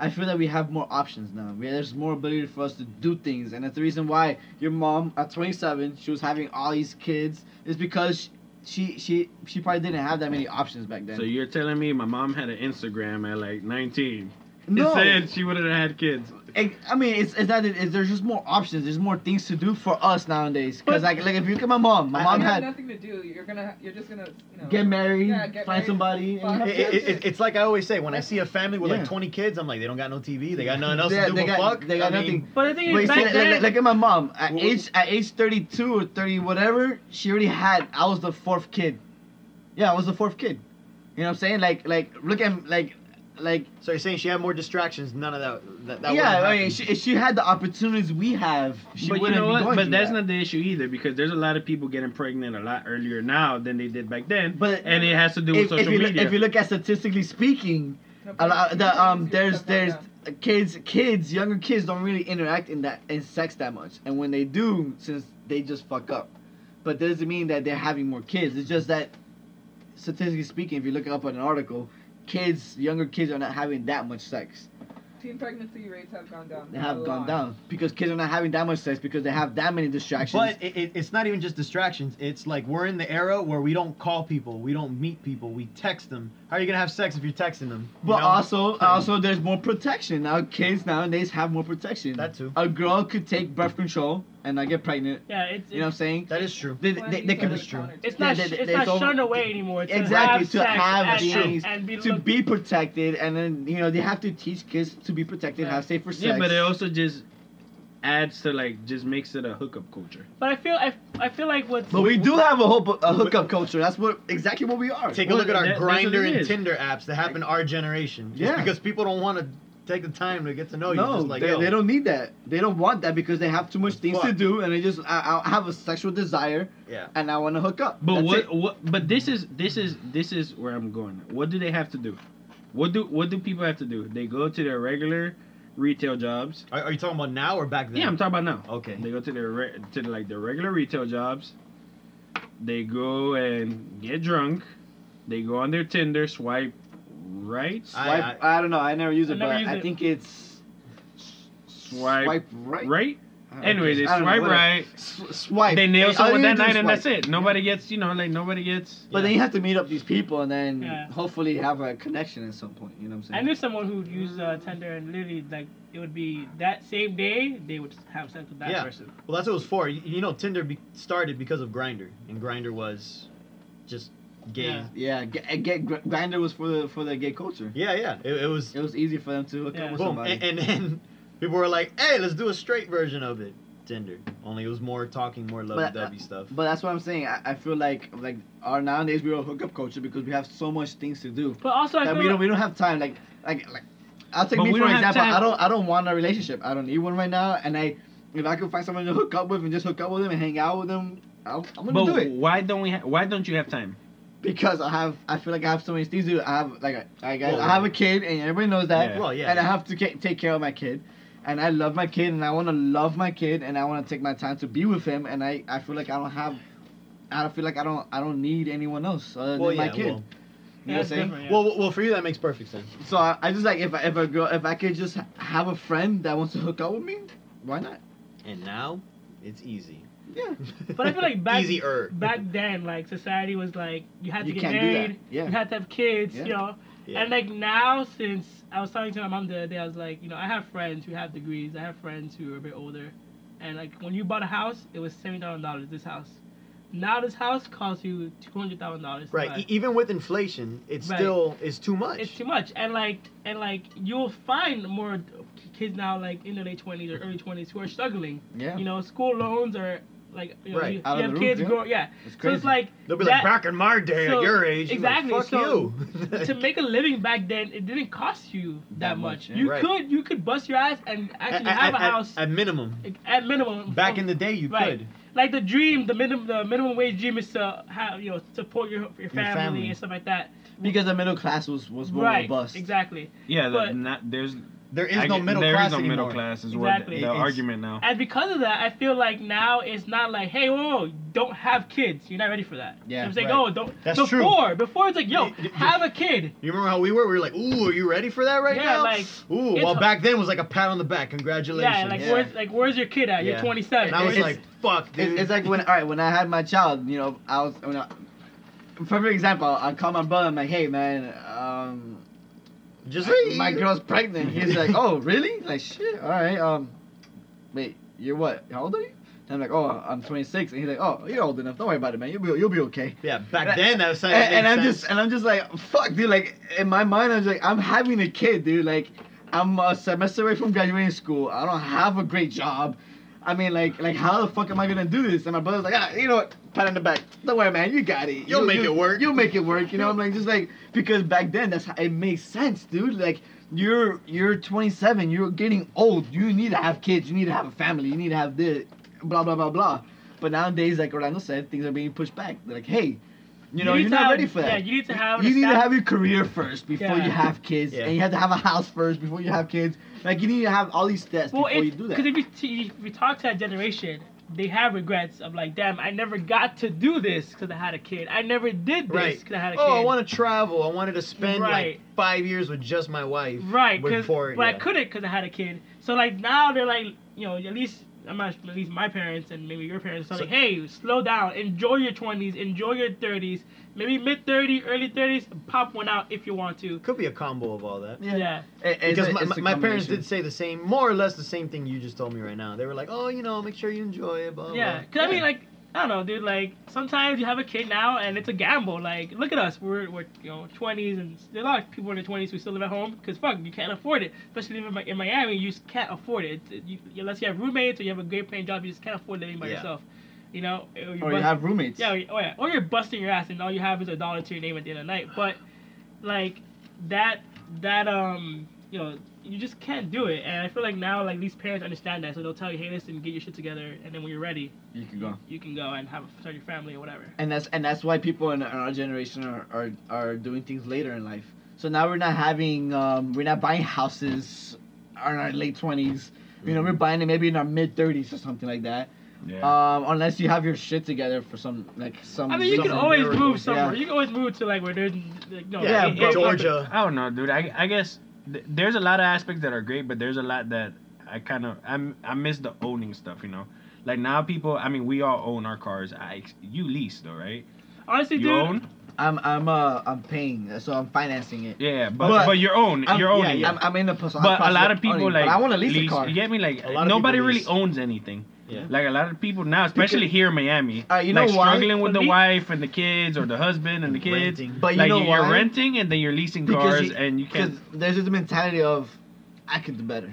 I feel that we have more options now. We, there's more ability for us to do things, and that's the reason why your mom at 27 she was having all these kids is because she she she probably didn't have that many options back then. So you're telling me my mom had an Instagram at like 19? no, Instead, she would have had kids. I I mean, it's, it's that it, there's just more options. There's more things to do for us nowadays. Cause like, like if you look at my mom, my I- mom you have had nothing to do. You're gonna. You're just gonna. You know, get married, Yeah, get find married, somebody. fuck. have It- it- kids. it- it's like I always say: when I see a family with Yeah. like 20 kids, I'm like, they don't got no TV, they got nothing else Yeah, to do they but got- fuck. they got I mean, nothing. But the [LAUGHS] thing Wait, is, see, back like, then, like, like at my mom, at Well- age at age 32 or 30, whatever, she already had. I was the fourth kid. Yeah, I was the fourth kid. You know what I'm saying? Like, like look at like, like So you're saying she had more distractions? None of that. that, that yeah. wouldn't I happen. mean, she, if she had the opportunities we have, she but you wouldn't know be what? going But through that's that. not the issue either because there's a lot of people getting pregnant a lot earlier now than they did back then. But- and it has to do with If, if social you, look- media. if you look at statistically speaking, No, a lot, the, um, you're there's stuck right there's now. kids kids younger kids don't really interact in that in sex that much, and when they do, since they just fuck up, but that doesn't mean that they're having more kids. It's just that statistically speaking, if you look up on an article, kids younger kids are not having that much sex. Teen pregnancy rates have gone down. They a have gone lot. down because kids are not having that much sex because they have that many distractions. But it, it, it's not even just distractions. It's like we're in the era where we don't call people, we don't meet people, we text them. How are you gonna have sex if you're texting them? You But know? also, also, there's more protection now. Kids nowadays have more protection. That too. A girl could take birth control and not get pregnant. yeah, it's You know what I'm saying? that is true. They, Why they, do they you can That go is to true. counter- it's they- not they- sh- they- it's they not don't- shunned away anymore. It's exactly to to sex have and, things and, and be to looked- be protected, and then you know they have to teach kids to be protected, have safer sex. yeah, but it also just adds to like just makes it a hookup culture. But I feel I, I feel like what's But we do have a, hoop, a hookup culture. That's what exactly what we are. Take a Well, look at our that- that's what Grinder it and is. Tinder apps that happen to our generation. Just Yeah. Because people don't want to take the time to get to know you. no, just like, they, yo. they don't need that. They don't want that because they have too much things to Fuck. do, and they just I, I have a sexual desire, Yeah. and I want to hook up. But That's what it. what? But this is this is this is where I'm going. What do they have to do? What do what do people have to do? They go to their regular retail jobs. Are, are you talking about now or back then? Yeah, I'm talking about now. Okay. They go to their re- to like their regular retail jobs. They go and get drunk, They go on their Tinder, swipe right, I- Swipe. I, don't know. I never use I it, never but use I it. think it's Swipe right. right. I don't Anyway, know, they I don't know, swipe whatever. right. S- swipe. They nail All someone you that do is night, and swipe. that's it. Nobody gets, you know, like nobody gets. But then you have to meet up these people and then Yeah. hopefully have a connection at some point. You know what I'm I saying? knew someone who'd use uh, Tinder and literally like it would be that same day they would have sex with that Yeah. person. Well, that's what it was for. You, you know, Tinder be- started because of Grinder, and Grinder was just gay. Yeah. Yeah, yeah, get, get, Grinder was for the for the gay culture. yeah. It, it was It was easy for them to hook Yeah. up with boom, somebody. and, and then [LAUGHS] people were like, "Hey, let's do a straight version of it." Tinder. Only it was more talking, more But, uh, lovey-dovey stuff. But that's what I'm saying. I, I feel like like our nowadays we are a hookup culture because we have so much things to do But also, I that feel we don't we don't have time. Like like like, I'll take But me we for don't have example. I time. don't I don't want a relationship. I don't need one right now. And I if I could find someone to hook up with and just hook up with them and hang out with them, I'll, I'm gonna But do it why don't we? Ha- why don't you have time? because I have I feel like I have so many things to do. I have like I, I, got- Well, I have a kid and everybody knows that. Yeah. well, yeah. and I have to ca- take care of my kid. And I love my kid, and I want to love my kid, and I want to take my time to be with him. And I, I feel like I don't have, I don't feel like I don't I don't need anyone else other well, than yeah. my kid. Well, you know what I'm that's saying? different, yeah. well, well, well, for you that makes perfect sense. So I, I just like if I, if a girl if I could just ha- have a friend that wants to hook up with me, why not? And now, it's easy. Yeah, [LAUGHS] But I feel like back- easier. back then, like society was like you had to you get can't married, do that. you Yeah, had to have kids, Yeah. you know. Yeah. And like now, since I was talking to my mom the other day, I was like, you know, I have friends who have degrees, I have friends who are a bit older, and like when you bought a house, it was seventy thousand dollars. This house, now this house costs you two hundred thousand dollars. Right. E- even with inflation, it's Right. still it's too much. It's too much, and like and like you'll find more kids now, like in their late twenties or early twenties, who are struggling. yeah, You know, school loans are like you know, Right. you, Out you of have the kids roof, yeah. grow, yeah. it's So crazy. it's like They'll be like that- back in my day so, at your age. you're like, exactly, Fuck so you. [LAUGHS] [LAUGHS] to make a living back then, it didn't cost you that, That much. much, yeah. You Right. could you could bust your ass and actually at, have a at- house at minimum. at, minimum. Back in the day, you Right. could. like the dream, the minimum the minimum wage dream is to have you know support your your family, family. and stuff like that. because the middle class was was more right. robust. Exactly. Yeah, But- but not, there's There is I no get- middle there class is no middle anymore. class. Is Exactly. what the, the It's- argument now. And because of that, I feel like now it's not like, hey, whoa, whoa, don't have kids. You're not ready for that. Yeah, I'm saying, right. oh, don't. That's true. before, before it's like, yo, Y- y- have a kid. You remember how we were? We were like, "Ooh, are you ready for that right Yeah, now?" like, Ooh, it's well, h- back then it was like a pat on the back, congratulations. Yeah, like Yeah. where's like where's your kid at? You're Yeah. 27. and I was Where's- like, "Fuck, dude." It's, it's like when all right when I had my child, you know, I was when I, perfect example. I call my brother. I'm like, hey man, um, just I- my girl's pregnant. He's like, oh really? Like shit. All right. Um, wait, you're what? How old are you? And I'm like, oh, I'm 26. And he's like, oh, you're old enough. Don't worry about it, man. You'll be you'll be okay. Yeah, back then that was like, And, and I'm just and I'm just like, fuck, dude. Like in my mind, I'm just like, I'm having a kid, dude. Like I'm a semester away from graduating school. I don't have a great job. I mean, like, like how the fuck am I gonna do this? And my brother's like, ah, you know what? Pat on the back. Don't worry, man. You got it. You'll You- make you- it work." You'll make it work. You know, I'm like, just like because back then, that's how it makes sense, dude. Like. You're you're 27. You're getting old. You need to have kids. You need to have a family. You need to have this, blah blah blah blah. But nowadays, like Orlando said, things are being pushed back. They're like, hey, you know, need you're to not have- ready for that. Yeah, you need to have. You an need to estab- have your career first before Yeah. you have kids, Yeah. and you have to have a house first before you have kids. Like you need to have all these steps Well, before you because do if that. you t- if you talk to that generation, they have regrets of like, damn, I never got to do this because I had a kid. I never did this Right. because I had a kid. Oh, I want to travel. I wanted to spend Right. like five years with just my wife. Right, cause, Before, but I yeah. couldn't because I had a kid. So like now they're like, you know, at least I'm not, at least my parents and maybe your parents are So- like, hey, slow down, enjoy your 20s, enjoy your 30s, maybe mid 30, early 30s, pop one out if you want to. Could be a combo of all that. Yeah, It- it's Because a- my, it's a my parents combination. did say the same, more or less the same thing you just told me right now. They were like, "Oh, you know, make sure you enjoy it." Oh, Blah, yeah. blah. Cause I mean like. I don't know, dude. Like sometimes you have a kid now, and it's a gamble. Like, look at us. We're, we're you know, 20s, and there are a lot of people in their 20s who still live at home because fuck, you can't afford it. Especially living in Mi- in Miami, you just can't afford it. It- you, unless you have roommates or you have a great paying job, you just can't afford living by Yeah. yourself. You know, or, you're Or you bust- have roommates. yeah, or, you- oh yeah, or you're busting your ass, and all you have is a dollar to your name at the end of the [SIGHS] night. But like that, that um, you know, you just can't do it. And I feel like now, like these parents understand that, so they'll tell you, hey, listen, get your shit together, and then when you're ready, you can go. you can go and have a, start your family or whatever. And that's and that's why people in our generation are, are, are doing things later in life. So now we're not having um, we're not buying Mm-hmm. houses in our late twenties. You know, we're buying it maybe in our mid thirties or something like that. Yeah. Um, unless you have your shit together for some like Um, some. I mean, you can some- always miracle. move somewhere. Yeah. You can always move to like where there's like, no. yeah, it- but it's Georgia. I don't know, dude. I, I guess th- there's a lot of aspects that are great, but there's a lot that I kind of I I miss the owning stuff, you know. Like now, people. I mean, we all own our cars. I you lease though, right? Honestly, you dude, own. I'm I'm uh I'm paying, so I'm financing it. Yeah, but But- but, your own. I'm, Your yeah, own. I'm, I'm in the pos- But a process lot of owning, people but like I want to lease, a car. You get me? Like A lot of nobody people really lease. owns anything. Yeah. Like a lot of people now, especially here in Miami, Uh, you like know why? struggling with But the me- wife and the kids or the husband and the kids. Renting. But Uh, you like know you're why? renting and then you're leasing cars and you because can't. there's this mentality of I could do better.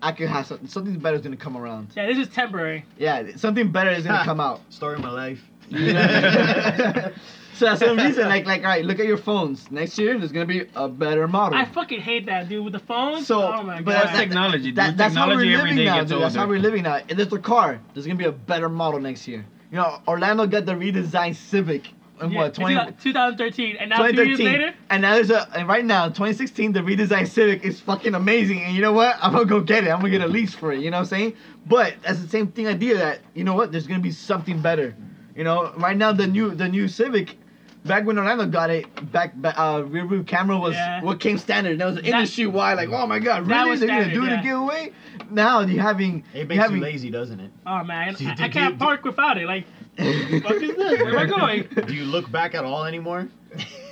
I could have something. Something better is gonna come around. yeah, this is temporary. Yeah, something better is gonna Ha. come out. Story of my life. [LAUGHS] You know? [LAUGHS] so that's some reason, like like all right, look at your phones. Next year there's gonna be a better model. I fucking hate that dude with the phones. So, oh my but god. That's technology, dude. That, that's how we're technology every living day now, gets dude. That's how older. we're living now. If there's a car, there's gonna be a better model next year. You know, Orlando got the redesigned Civic in Yeah, what it's 20, about 2013, and now two years 2013, later, and now there's a and right now 2016 the redesigned Civic is fucking amazing. And you know what? I'm gonna go get it. I'm gonna get a lease for it. You know what I'm saying? But that's the same thing idea that you know what? There's gonna be something better. You know, right now the new the new Civic. Back when Orlando got it, back ba- uh, rear view camera was Yeah. what came standard. That was That- industry wide. Like, oh my god, That really? was They're standard, gonna do it yeah. again? away. Now you're having It you makes you having [LAUGHS] lazy, doesn't it? oh [LAUGHS] man, Dude, I, I dude, can't dude. park without it. Like, fuck is this? Where am I going? Do you look back at all [LAUGHS] anymore?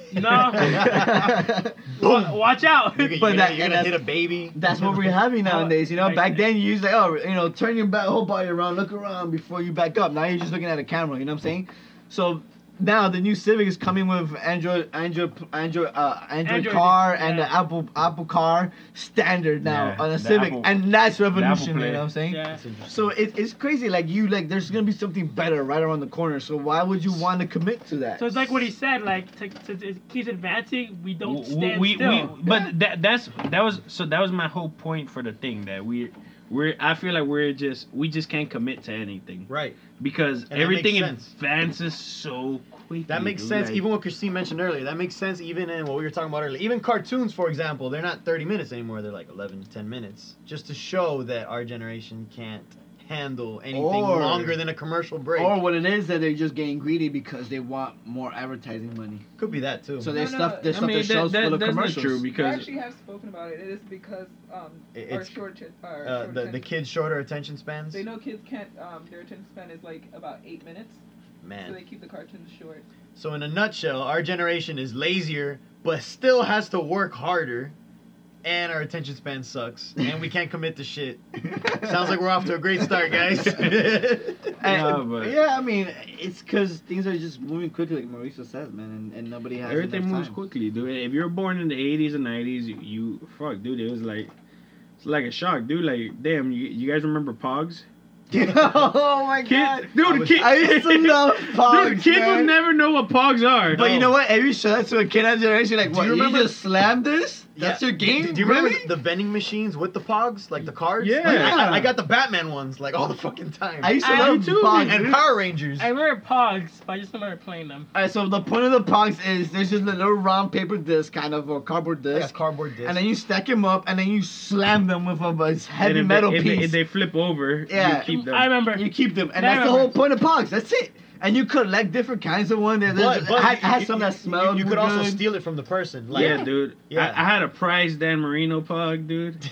[LAUGHS] No. Wa- watch out. You're, gonna- But you're that- gonna- you're and gonna hit a baby. That's what we're having nowadays, you know. Back then, you used to, oh, you know, turn your back, whole body around, look around before you back up. Now you're just looking at a camera. You know what I'm saying? So now the new Civic is coming with Android, Android, Android, uh, Android, Android, Car and the yeah. Apple Apple Car standard now Yeah, on a the Civic, Apple- and that's Apple revolutionary. You Play. know what I'm saying? [LAUGHS] Yeah. So it, it's crazy. Like you, like there's gonna be something better right around the corner. So why would you want to commit to that? So it's like what he said, like to, to, to it keeps advancing, we don't W- stand we, still. We, but that that's that was so that was my whole point for the thing that we we're I feel like we're just we just can't commit to anything Right. because that everything makes sense. advances so quickly. That makes dude, sense. like- Even what Christine mentioned earlier, that makes sense. Even in what we were talking about earlier, even cartoons, for example, they're not 30 minutes anymore. They're like 11 to 10 minutes, just to show that our generation can't handle anything Or- longer than a commercial break. Or what it is that they're just getting greedy because they want more advertising money. Could be that too. So they No, no, stuff they I stuff mean, their that, shows that, full of that's not commercials. [LAUGHS] true We because actually have spoken about it. It is because um, It- our it's- short, t- our uh, the short the attention- kids' shorter attention spans. They know kids can't. Um, their attention span is like about eight minutes, so they Man. keep the cartoons [LAUGHS] short. So in a nutshell, our generation is lazier, but still has to work harder, and our attention span sucks, and we can't commit to shit. Sounds like we're off to a great start, guys. [LAUGHS] uh, And- [LAUGHS] Yeah, but- yeah, I mean, it's because things are just moving quickly, like Mauricio says, man, and, and nobody has everything enough [LAUGHS] moves time. quickly, dude. If you're born in the 80s and 90s, you, you fuck, dude. It was like it's like a shock, dude. Like damn, you, you guys remember Pogs? [LAUGHS] oh my god, Kids, dude, I was- kid, I used [LAUGHS] to love Pogs, dude, kids man. will never know what Pogs are. But you know what? Every show that's to a kid that generation, like, Do what? you You, remember- just slam this? That's Yeah. your game? Do, do you really? remember the vending machines with the pogs, like the cards? Yeah. Like, I, I got the Batman ones, like all the fucking time. I used to I love do too, Pogs. [LAUGHS] and Power Rangers. I remember Pogs, but I just remember playing them. All right, so the point of the Pogs is there's just a little round paper disc, kind of, or cardboard I got disc, cardboard discs. and then you stack them up, and then you slam them with a, a And heavy if they- metal if piece. they, if they flip over, Yeah. you keep them. I remember. You keep them, and Yeah, I that's the whole remember. point of pogs. That's it. And you collect different kinds of one. There, there's- but, but I, I you- had you- some that you- smelled. You, could also good. steal it from the person. Like, yeah, dude. Yeah. I, I had a prize Dan Marino pug, dude.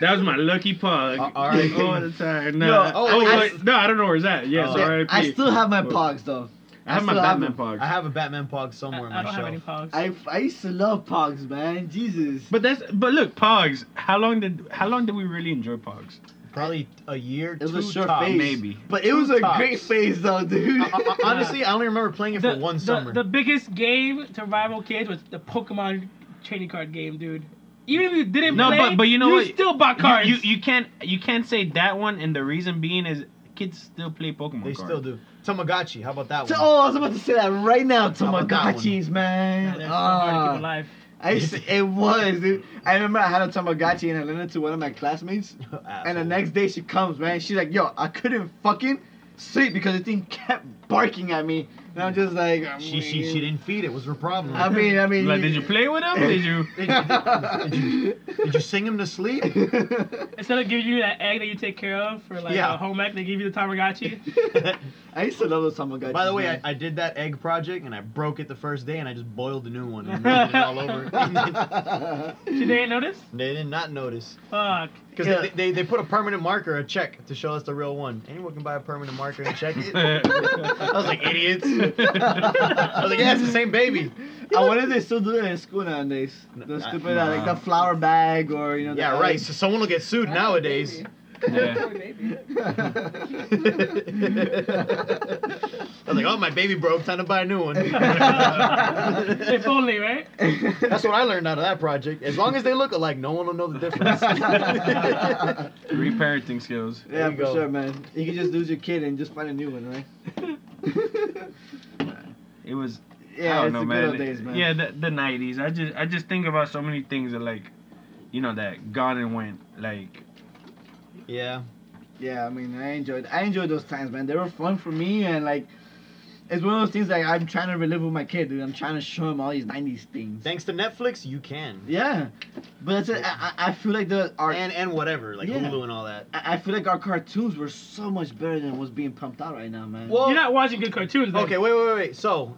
That was my lucky pug. Uh, R.I.P.. [LAUGHS] all the time. No, Yo, oh, oh, wait, I- no, I don't know where it's at. Yes, Oh. Yeah, R.I.P. I still have my But- pogs though. I have my still have Batman them. pug. I have a Batman pog somewhere in I, I don't my have shelf. any Pogs. I, I used to love pogs, man. Jesus. But that's but look, Pogs. How long did how long did we really enjoy Pogs? Probably a year, It was a two sure tops. phase. Maybe. But it was a Pogs. great phase though, dude. Uh, [LAUGHS] uh, honestly, I only remember playing it for one the, summer. the biggest game to rival kids was the Pokemon trading card game, dude. Even if you didn't No, play, but- but you know you what? still bought You, cards. you you can't you can't say that one, and the reason being is kids still play Pokemon. they cards. still do. Tamagotchi. How about that So- one? oh, I was about to say that right now. How about that one? Tamagotchis, Yeah, man. they're so hard to Ah. keep alive. I used to, it was, dude. I remember I had a Tamagotchi and I lent it to one of my classmates. And the [LAUGHS] Asshole. next day she comes, man. She's like, yo, I couldn't fucking sleep because the thing kept barking at me. And I'm just like, I She, she she didn't feed. It was her problem. I [LAUGHS] mean, I mean, Like, did you play with him? [LAUGHS] Did you? [LAUGHS] Did you sing him to sleep? Instead of giving you that egg that you take care of for like Yeah. a home ec, they give you the Tamagotchi. [LAUGHS] [LAUGHS] I used to love those Tamagotchis. By the way, I, man. I did that egg project and I broke it the first day and I just boiled a new [LAUGHS] one and melted it all over. [LAUGHS] She didn't notice? they did not notice. [LAUGHS] Fuck. [LAUGHS] Because Yeah. they, they, they put a permanent marker, a check, to show us the real one. Anyone can buy a permanent marker and check it. I was like, idiots. [LAUGHS] I was like, yeah, it's the same baby. [LAUGHS] I wonder if they still do that in school nowadays. The Nah. stupid, uh, like the flower bag or you know. the Yeah, [LAUGHS] right. So someone will get sued That's nowadays. a baby. Yeah. [LAUGHS] That's a baby. [LAUGHS] I was like, oh, my baby broke. Time to buy a new [LAUGHS] one. if only, right? That's what I learned out of that project. As long as they look alike, no one will know the difference. yeah, Reparenting skills. There you for go. sure, man. You can just lose your kid and just find a new one, right? It was. yeah, I don't it's know, the man. good old days, man. Yeah, the the nineties. I just I just think about so many things that like, you know, that gone and went. Like, [LAUGHS] yeah. Yeah, I mean, I enjoyed I enjoyed those times, man. They were fun for me, and like, it's one of those things like I'm trying to relive with my kid, dude. I'm trying to show him all these '90s things. Thanks to Netflix, you can. Yeah, but that's it. I, I I feel like the our And and whatever, like Yeah. Hulu and all that. I I feel like our cartoons were so much better than what's being pumped out right now, man. Well, You're not watching good cartoons. Though. okay, wait, wait, wait, wait. So,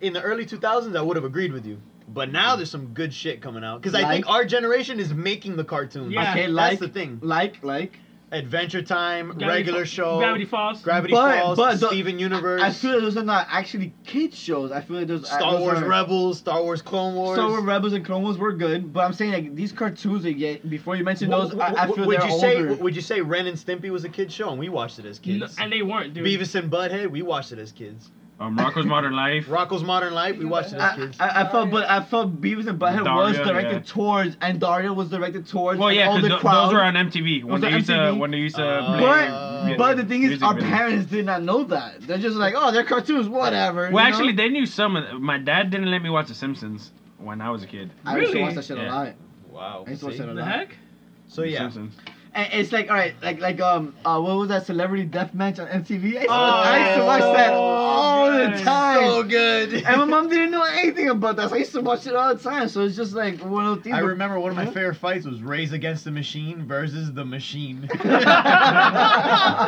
in the early 2000s, I would have agreed with you. But now there's some good shit coming out. Because I think Like? our generation is making the cartoons. Yeah. okay, That's like the thing. Like, like. Adventure Time, Gravity regular Fa- show, Gravity Falls. Gravity But- Falls, but the- Steven Universe, I feel like those are not actually kids shows. I feel like those uh, Star those Wars are- Rebels, Star Wars Clone Wars. Star Wars Rebels and Clone Wars were good, but I'm saying like these cartoons that get before you mention those, W- I, I w- feel would they're you say older. would you say Ren and Stimpy was a kid show and we watched it as kids? No, and they weren't, dude. Beavis and Butthead, we watched it as kids. um, [LAUGHS] Rocco's Modern Life. Rocco's Modern Life, we watched it as I, kids. I, I felt, but I felt Beavis and Butthead was Daria, directed yeah. towards, and Daria was directed towards. Well, an yeah, 'cause older th- crowd. those were on MTV when Those they are used to MTV. when they used to Uh, play. But, Yeah. mu- but the thing is, music our videos. parents did not know that. They're just like, oh, they're cartoons, whatever. Well, you know? actually, they knew some. of My dad didn't let me watch The Simpsons when I was a kid. I used to Really? watch that shit Yeah. a lot. Wow. I used to watch see? that a the lot. heck? So The yeah. Simpsons. And it's like, all right, like like um, uh, what was that celebrity death match on MTV? I used, to- Oh, I used to watch that Oh, all man. the time. [LAUGHS] So good. and my mom didn't know anything about that. So I used to watch it all the time. So it's just like one of those things. I where- remember one of my favorite fights was Rays Against the Machine versus [LAUGHS] the Machine. [LAUGHS]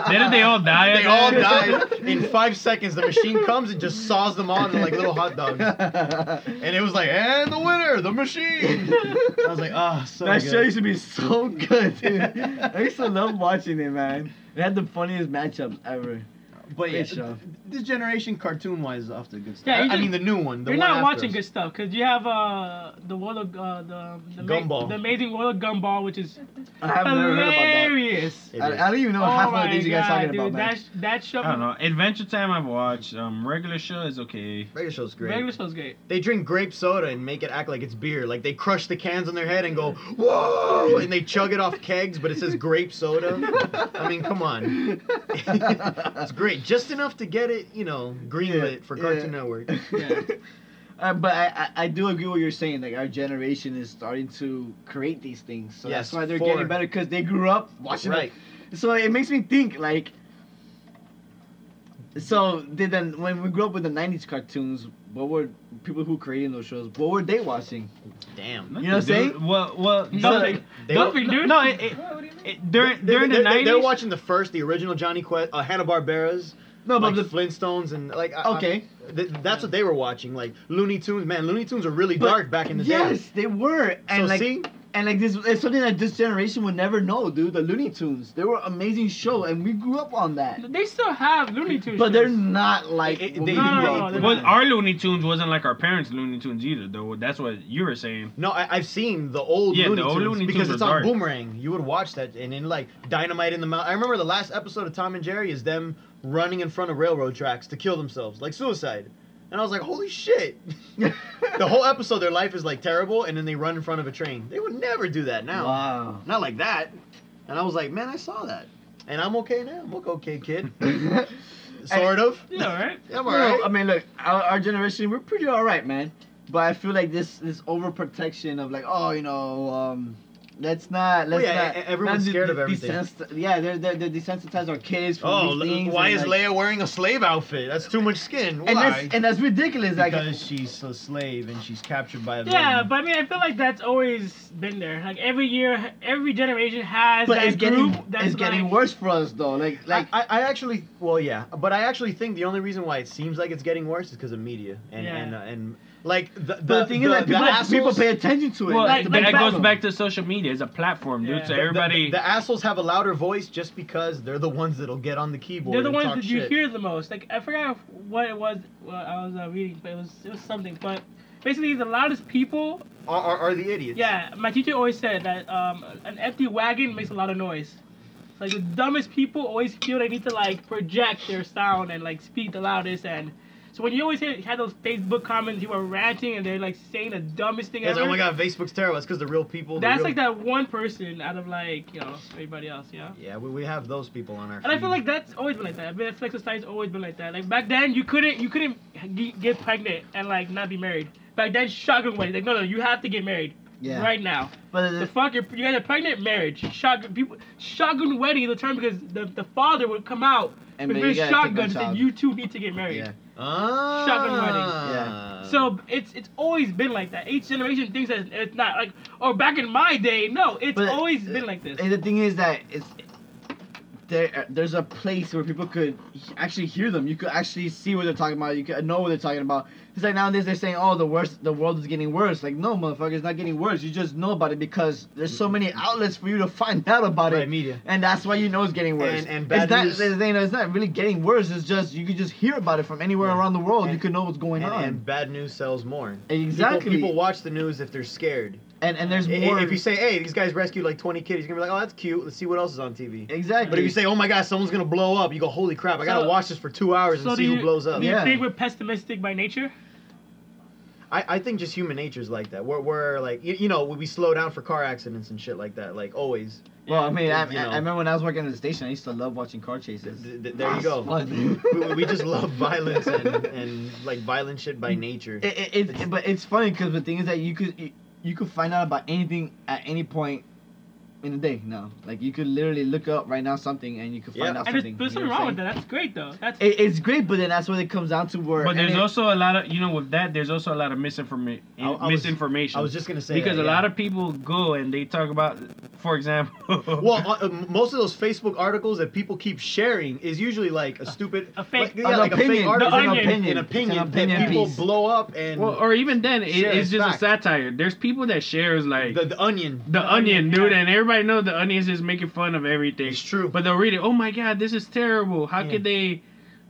Didn't they all die? They at [LAUGHS] all that? died in five seconds. The machine comes and just saws them on like little hot dogs. [LAUGHS] And it was like, and the winner, the machine. I was like, ah, so that good. show used to be so good, dude. I used to love watching it, man. It had the funniest matchups ever. But yeah, Great show. th- this generation, cartoon-wise, is off to a good stuff. Yeah, you I, I just- mean the new one. The You're one not after watching us. good stuff because you have uh the world of uh, the the, Gumball. the amazing world of Gumball, which is I have never heard about hilarious. It that. I, I is. don't even know oh half of my the things you guys god, talking dude, Oh about, man. that sh- that show. I don't know. Adventure Time I've watched. Um, regular show is okay. Regular show's great. Regular show's great. They drink grape soda and make it act like it's beer. Like they crush the cans on their head and go, whoa! And they chug it off kegs, but it says grape soda. I mean, come on. [LAUGHS] it's great. Just enough to get it, you know, greenlit Yeah, for yeah. Cartoon Network. [LAUGHS] Uh, but I, I, I do agree with what you're saying. Like our generation is starting to create these things, so Yes, that's why they're for- getting better because they grew up watching Right. it. So it makes me think like. So did then when we grew up with the '90s cartoons, what were people who created those shows? What were they watching? Damn. You know what I'm saying? Well, well, Nothing. They nothing, were- dude. No, it, it, What, what do you mean? it, during during they're, the they're- They're 90s watching the first, the original Johnny Quest, uh, Hanna Barbera's, No, like but the, Flintstones, and like. I- I- okay, th- that's what they were watching, like Looney Tunes. Man, Looney Tunes are really But- dark back in the yes, day. they were, and so like see, and like this it's something that this generation would never know, dude. The Looney Tunes, they were amazing show, and we grew up on that. They still have Looney Tunes. But they're shows. not like It- it- what they- we No, no, grew no, up they're with. not. Well, our Looney Tunes wasn't like our parents' Looney Tunes either, though. That's what you were saying. No, I, I've seen the old Yeah, the Looney old Tunes Looney because Tunes it's are on dark. Boomerang. You would watch that, and then like Dynamite in the Mouth. I remember the last episode of Tom and Jerry is them running in front of railroad tracks to kill themselves, like suicide. And I was like, holy shit! [LAUGHS] the whole episode, their life is like terrible, and then they run in front of a train. They would never do that [LAUGHS] now, Wow. not like that. And I was like, man, I saw that, and I'm okay now. I'm okay, kid. no, sort [LAUGHS] of. Yeah, [LAUGHS] right. I'm alright. I mean, look, our, our generation, we're pretty all right, man. But I feel like this this overprotection of like, oh, you know, um, Let's not. Let's Well, yeah, not. e- everyone's not scared of everything. desensit- yeah, they're, they're, they're desensitized our kids from these Oh, l- things. why and, is like, Leia wearing a slave outfit? That's too much skin. Why? And that's and that's ridiculous. Like, because she's a slave and she's captured by a Yeah, villain. but I mean, I feel like that's always been there. Like every year, every generation has but that it's group getting that's it's getting like, worse for us though. Like like I, I actually, well, yeah, but I actually think the only reason why it seems like it's getting worse is because of media and Yeah. and, uh, and like the the, but the thing is that the people, people assholes- pay attention to it. Well, That's like- the that big goes problem. back to social media. It's a platform, dude. Yeah. So The- the- everybody. the, assholes have a louder voice just because they're the ones that'll get on the keyboard. They're the and ones talk that you shit. hear the most. Like I forgot what it was. Well, I was uh, reading, but it was it was something. But basically, the loudest people. are, are, are the idiots. Yeah, my teacher always said that um, an empty wagon makes a lot of noise. Like the dumbest people always feel they need to like project their sound and like speak the loudest and. So when you always hear, had those Facebook comments, you were ranting and they're like saying the dumbest thing Guys, ever. oh my god, Facebook's terrible. That's because the real people. the That's real- like that one person out of like you know everybody else, yeah. Yeah, we, we have those people on our. And I feed. feel like that's always been like that. I mean, flex society's always been like that. Like back then, you couldn't you couldn't g- get pregnant and like not be married. Back then, shotgun wedding. Like no, no, you have to get married Yeah, right now. But The fuck, you're, you guys are pregnant. Marriage, shotgun people, shotgun wedding is the term because the, the father would come out and with but you his gotta take shotgun and a say child. you two need to get married. Yeah. uh. Ah. Shotgun wedding. Yeah. So it's it's always been like that. Each generation thinks that it's not like or back in my day, no, it's But- always been like this. And the thing is that it's there. There's a place where people could actually hear them. You could actually see what they're talking about. You could know what they're talking about. It's like nowadays they're saying, "Oh, the worst. The world is getting worse." Like, no, motherfucker, it's not getting worse. You just know about it because there's so many outlets for you to find out about Right, it. media. And that's why you know it's getting worse. And- and bad it's not, news- it's, you know, it's not really getting worse. It's just you could just hear about it from anywhere Yeah. around the world. you And- could know what's going And, on. and bad news sells more. exactly. People, people watch the news if they're scared. and and there's I- i- more. If you say, "Hey, these guys rescued like 20 kids," you're gonna be like, "Oh, that's cute. Let's see what else is on TV." exactly. But if you say, "Oh my God, someone's gonna blow up," you go, "Holy crap! I gotta So- watch this for two hours so and see do you, who blows up." Do you Yeah. think we're pessimistic by nature? I, I think just human nature's like that. We're, we're like, you, you know, we, we slow down for car accidents and shit like that, like always. Well, I mean, I, You I, know. I remember when I was working at the station, I used to love watching car chases. Th- th- there you go. Fun. we, we- we just love violence and, and like violent shit by nature. It, it, it's- but it's funny because the thing is that you could you, you could find out about anything at any point in the day now. Like you could literally look up right now something and you could find Yeah. out And something. there's, there's you know nothing what I'm wrong with saying? that. That's great though. That's It, it's great, but then that's what it comes down to where. But and there's it- [LAUGHS] also a lot of you know with that there's also a lot of misinformation. I- I was- misinformation. I was just gonna say because that, a yeah. lot of people go and they talk about, for example. Well, uh, uh, most of those Facebook articles that people keep sharing is usually like a stupid, A fake- like, yeah, An like a fake opinion. article, An an opinion. opinion, an opinion, An opinion that people piece. blow up and Well, [LAUGHS] or even then, it, Share it's is just a fact. satire. There's people that shares like the, the, the onion. onion, Onion, dude, yeah. and everybody knows the onion's just making fun of everything. It's true. But they'll read it. Oh my god, this is terrible. How Yeah. could they?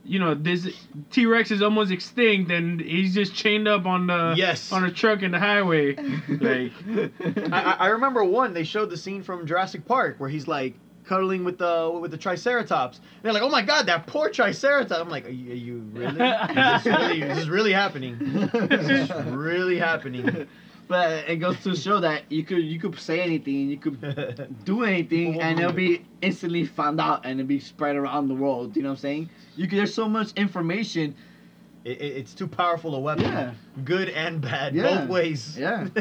You know, this T Rex is almost extinct, and he's just chained up on the Yes. on a truck in the highway. like, [LAUGHS] I, I- I remember one. They showed the scene from Jurassic Park where he's like cuddling with the with the Triceratops. And they're like, "Oh my God, that poor Triceratops!" I'm like, "Are you, are you really? Is this really? Is this really happening? Is this really happening?" but it goes to show that you could you could say anything, you could [LAUGHS] do anything People and will it'll believe be instantly found out and it'll be spread around the world. You know what I'm saying? You can, there's so much information. It, it- it's too powerful a weapon. Yeah. Good and bad, Yeah. both ways. Yeah. [LAUGHS]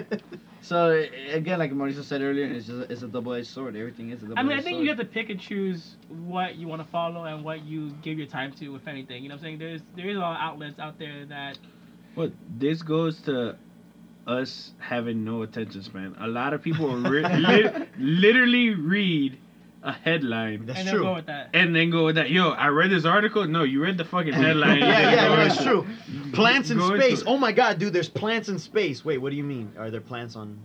So a- again, like Mauricio said earlier, it's just it's a double-edged sword. Everything is a double-edged I mean, I think you have sword. to pick and choose what you want to follow and what you give your time to, if anything. You know what I'm saying? There's there is a lot of outlets out there that Well, this goes to us having no attention span. A lot of [LAUGHS] people re- li- literally read a headline That's and they'll true. go with that. and then go with that. Yo, I read this article. No, you read the [LAUGHS] fucking headline. yeah, yeah, [LAUGHS] Go no, into it's it. true. Plants in Go into space. it. Oh my God, dude, there's plants in space. Wait, what do you mean? Are there plants on,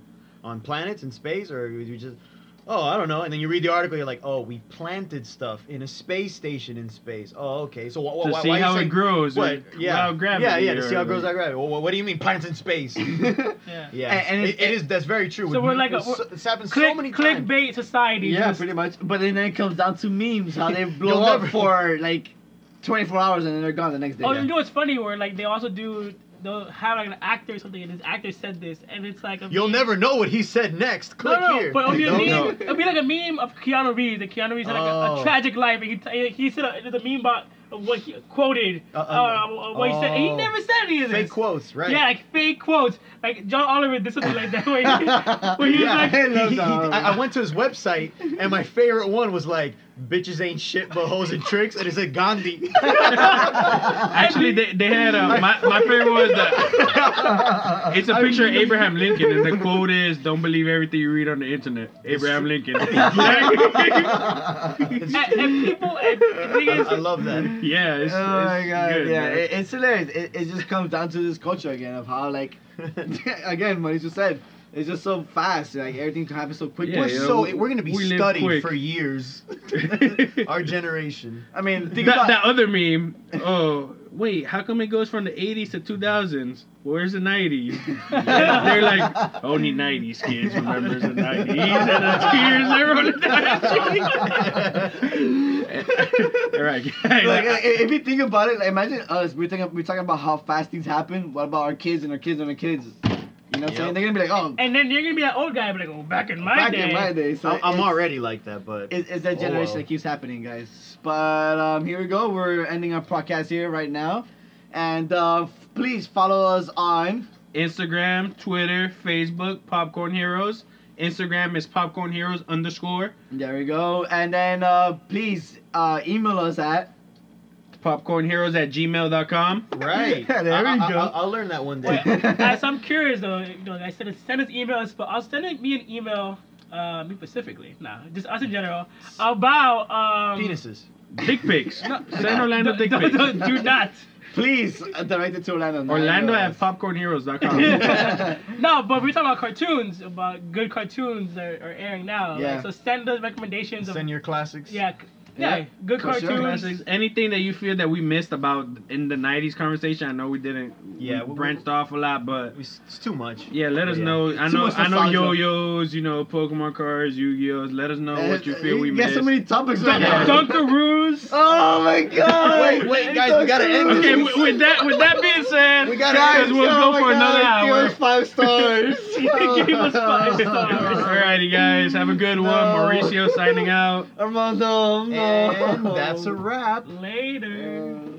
on planets in space, or you just? Oh, I don't know. And then you read the article, you're like, oh, we planted stuff in a space station in space. Oh, okay. So wh- wh- To why, see why are you how it saying- grows. What? with- Yeah. without gravity yeah, yeah. To or see how it grows like- out gravity. Well, wh- what do you mean plants in [LAUGHS] space? [LAUGHS] Yeah. yeah. And- and it, it it- is. That's very true. So we're like a- it's so- it's happened Click, so many times. clickbait society. yeah, [LAUGHS] just- pretty much. But then it comes down to memes, how they blow You'll up never- for like 24 hours and then they're gone the next day. Oh, yeah. you know what's funny? Where like they also do they'll have like an actor or something, and this actor said this, and it's like a You'll meme. never know what he said next. No, Click no, here. but it'll be a No, meme. no. It'll be like a meme of Keanu Reeves. That Keanu Reeves had like a, Oh. a tragic life, and he, t- he said a, the meme about what he quoted, Uh, uh, uh, what he said. and He oh. never said any of this. Fake quotes, right? Yeah, like fake quotes. Like John Oliver did something like that. Where [LAUGHS] he, where he Yeah. I [LAUGHS] was like, love He- he- that. I, I went to his website and my favorite one was like bitches ain't shit but hoes and tricks and it said Gandhi. Actually, they, they had uh, my my favorite was the it's a I picture of really- [LAUGHS] Abraham Lincoln, and the quote is "Don't believe everything you read on the internet." Abraham [LAUGHS] Lincoln. [LAUGHS] yeah, and, and people, and the thing [LAUGHS] is, I love that. it's, oh my it's god, good, yeah, man. it, it's hilarious. It, it just [LAUGHS] comes down to this culture again of how [LAUGHS] like, [LAUGHS] again, what you just said, it's just so fast. Like everything can happen so quickly. Yeah, we're yeah, so we- we're gonna be we live studied quick. for years. [LAUGHS] Our generation. I mean, think that, about that other meme. Oh, wait, how come it goes from the 80s to 2000s? Where's the [LAUGHS] 90s? They're like, only 90s kids remembers the 90s. And the tears are rolling [LAUGHS] [LAUGHS] down. All right, guys. like, i- if you think about it, like, imagine us. We're talking, we're talking about how fast things happen. What about our kids and our kids and our kids? You know what I'm saying? Yep. They're gonna be like, oh, and then you're gonna be that old guy, but like, oh, back in my back day. in my day. So I- I'm it's- already like that, but It's, it's that Oh, generation wow. that keeps happening, guys. But um, here we go. We're ending our podcast here right now. And uh, f- please follow us on. Instagram, Twitter, Facebook, Popcorn Heroes. Instagram is Popcorn Heroes underscore There we go. And then uh, please uh, email us at. Popcorn Heroes at gmail.com. right. There we I, I, go. I, I'll learn that one day. Wait, I, so I'm curious though. You know, I said send us emails, but I'll send it- me an email, uh, me specifically, nah, just us in general, about um. Penises. Dick pics. [LAUGHS] No, send Orlando Don't- dick don't- pics. don't- do not. Please uh, direct it to Orlando. not Orlando email at popcornheroes.com. [LAUGHS] [LAUGHS] [LAUGHS] us. No, but we're talking about cartoons, about good cartoons that are, airing now. Yeah. Like, so send us recommendations of Send your classics. yeah, c- yeah, Yeah. good For sure. cartoons. Classics. Anything that you feel that we missed about in the '90s conversation, I know we didn't. Yeah, we we- branched off a lot, but It's, it's too much. yeah, let us Yeah. know. I Too know, much I know nostalgia. yo-yos, you know, Pokemon cards, Yu-Gi-Ohs. Let us know what you feel Eh, we got missed. so [LAUGHS] many topics right now. [LAUGHS] Dunkaroos. Oh my god! Wait, wait, guys, we gotta end okay, this. with, with that, with that being said, We gotta Guys, guys, we'll oh go my for another God, hour. Give us [LAUGHS] five stars. Give [LAUGHS] us five stars. Alrighty, guys, have a good one. No. Mauricio signing out. Armando, no. And that's a wrap. Later. Uh,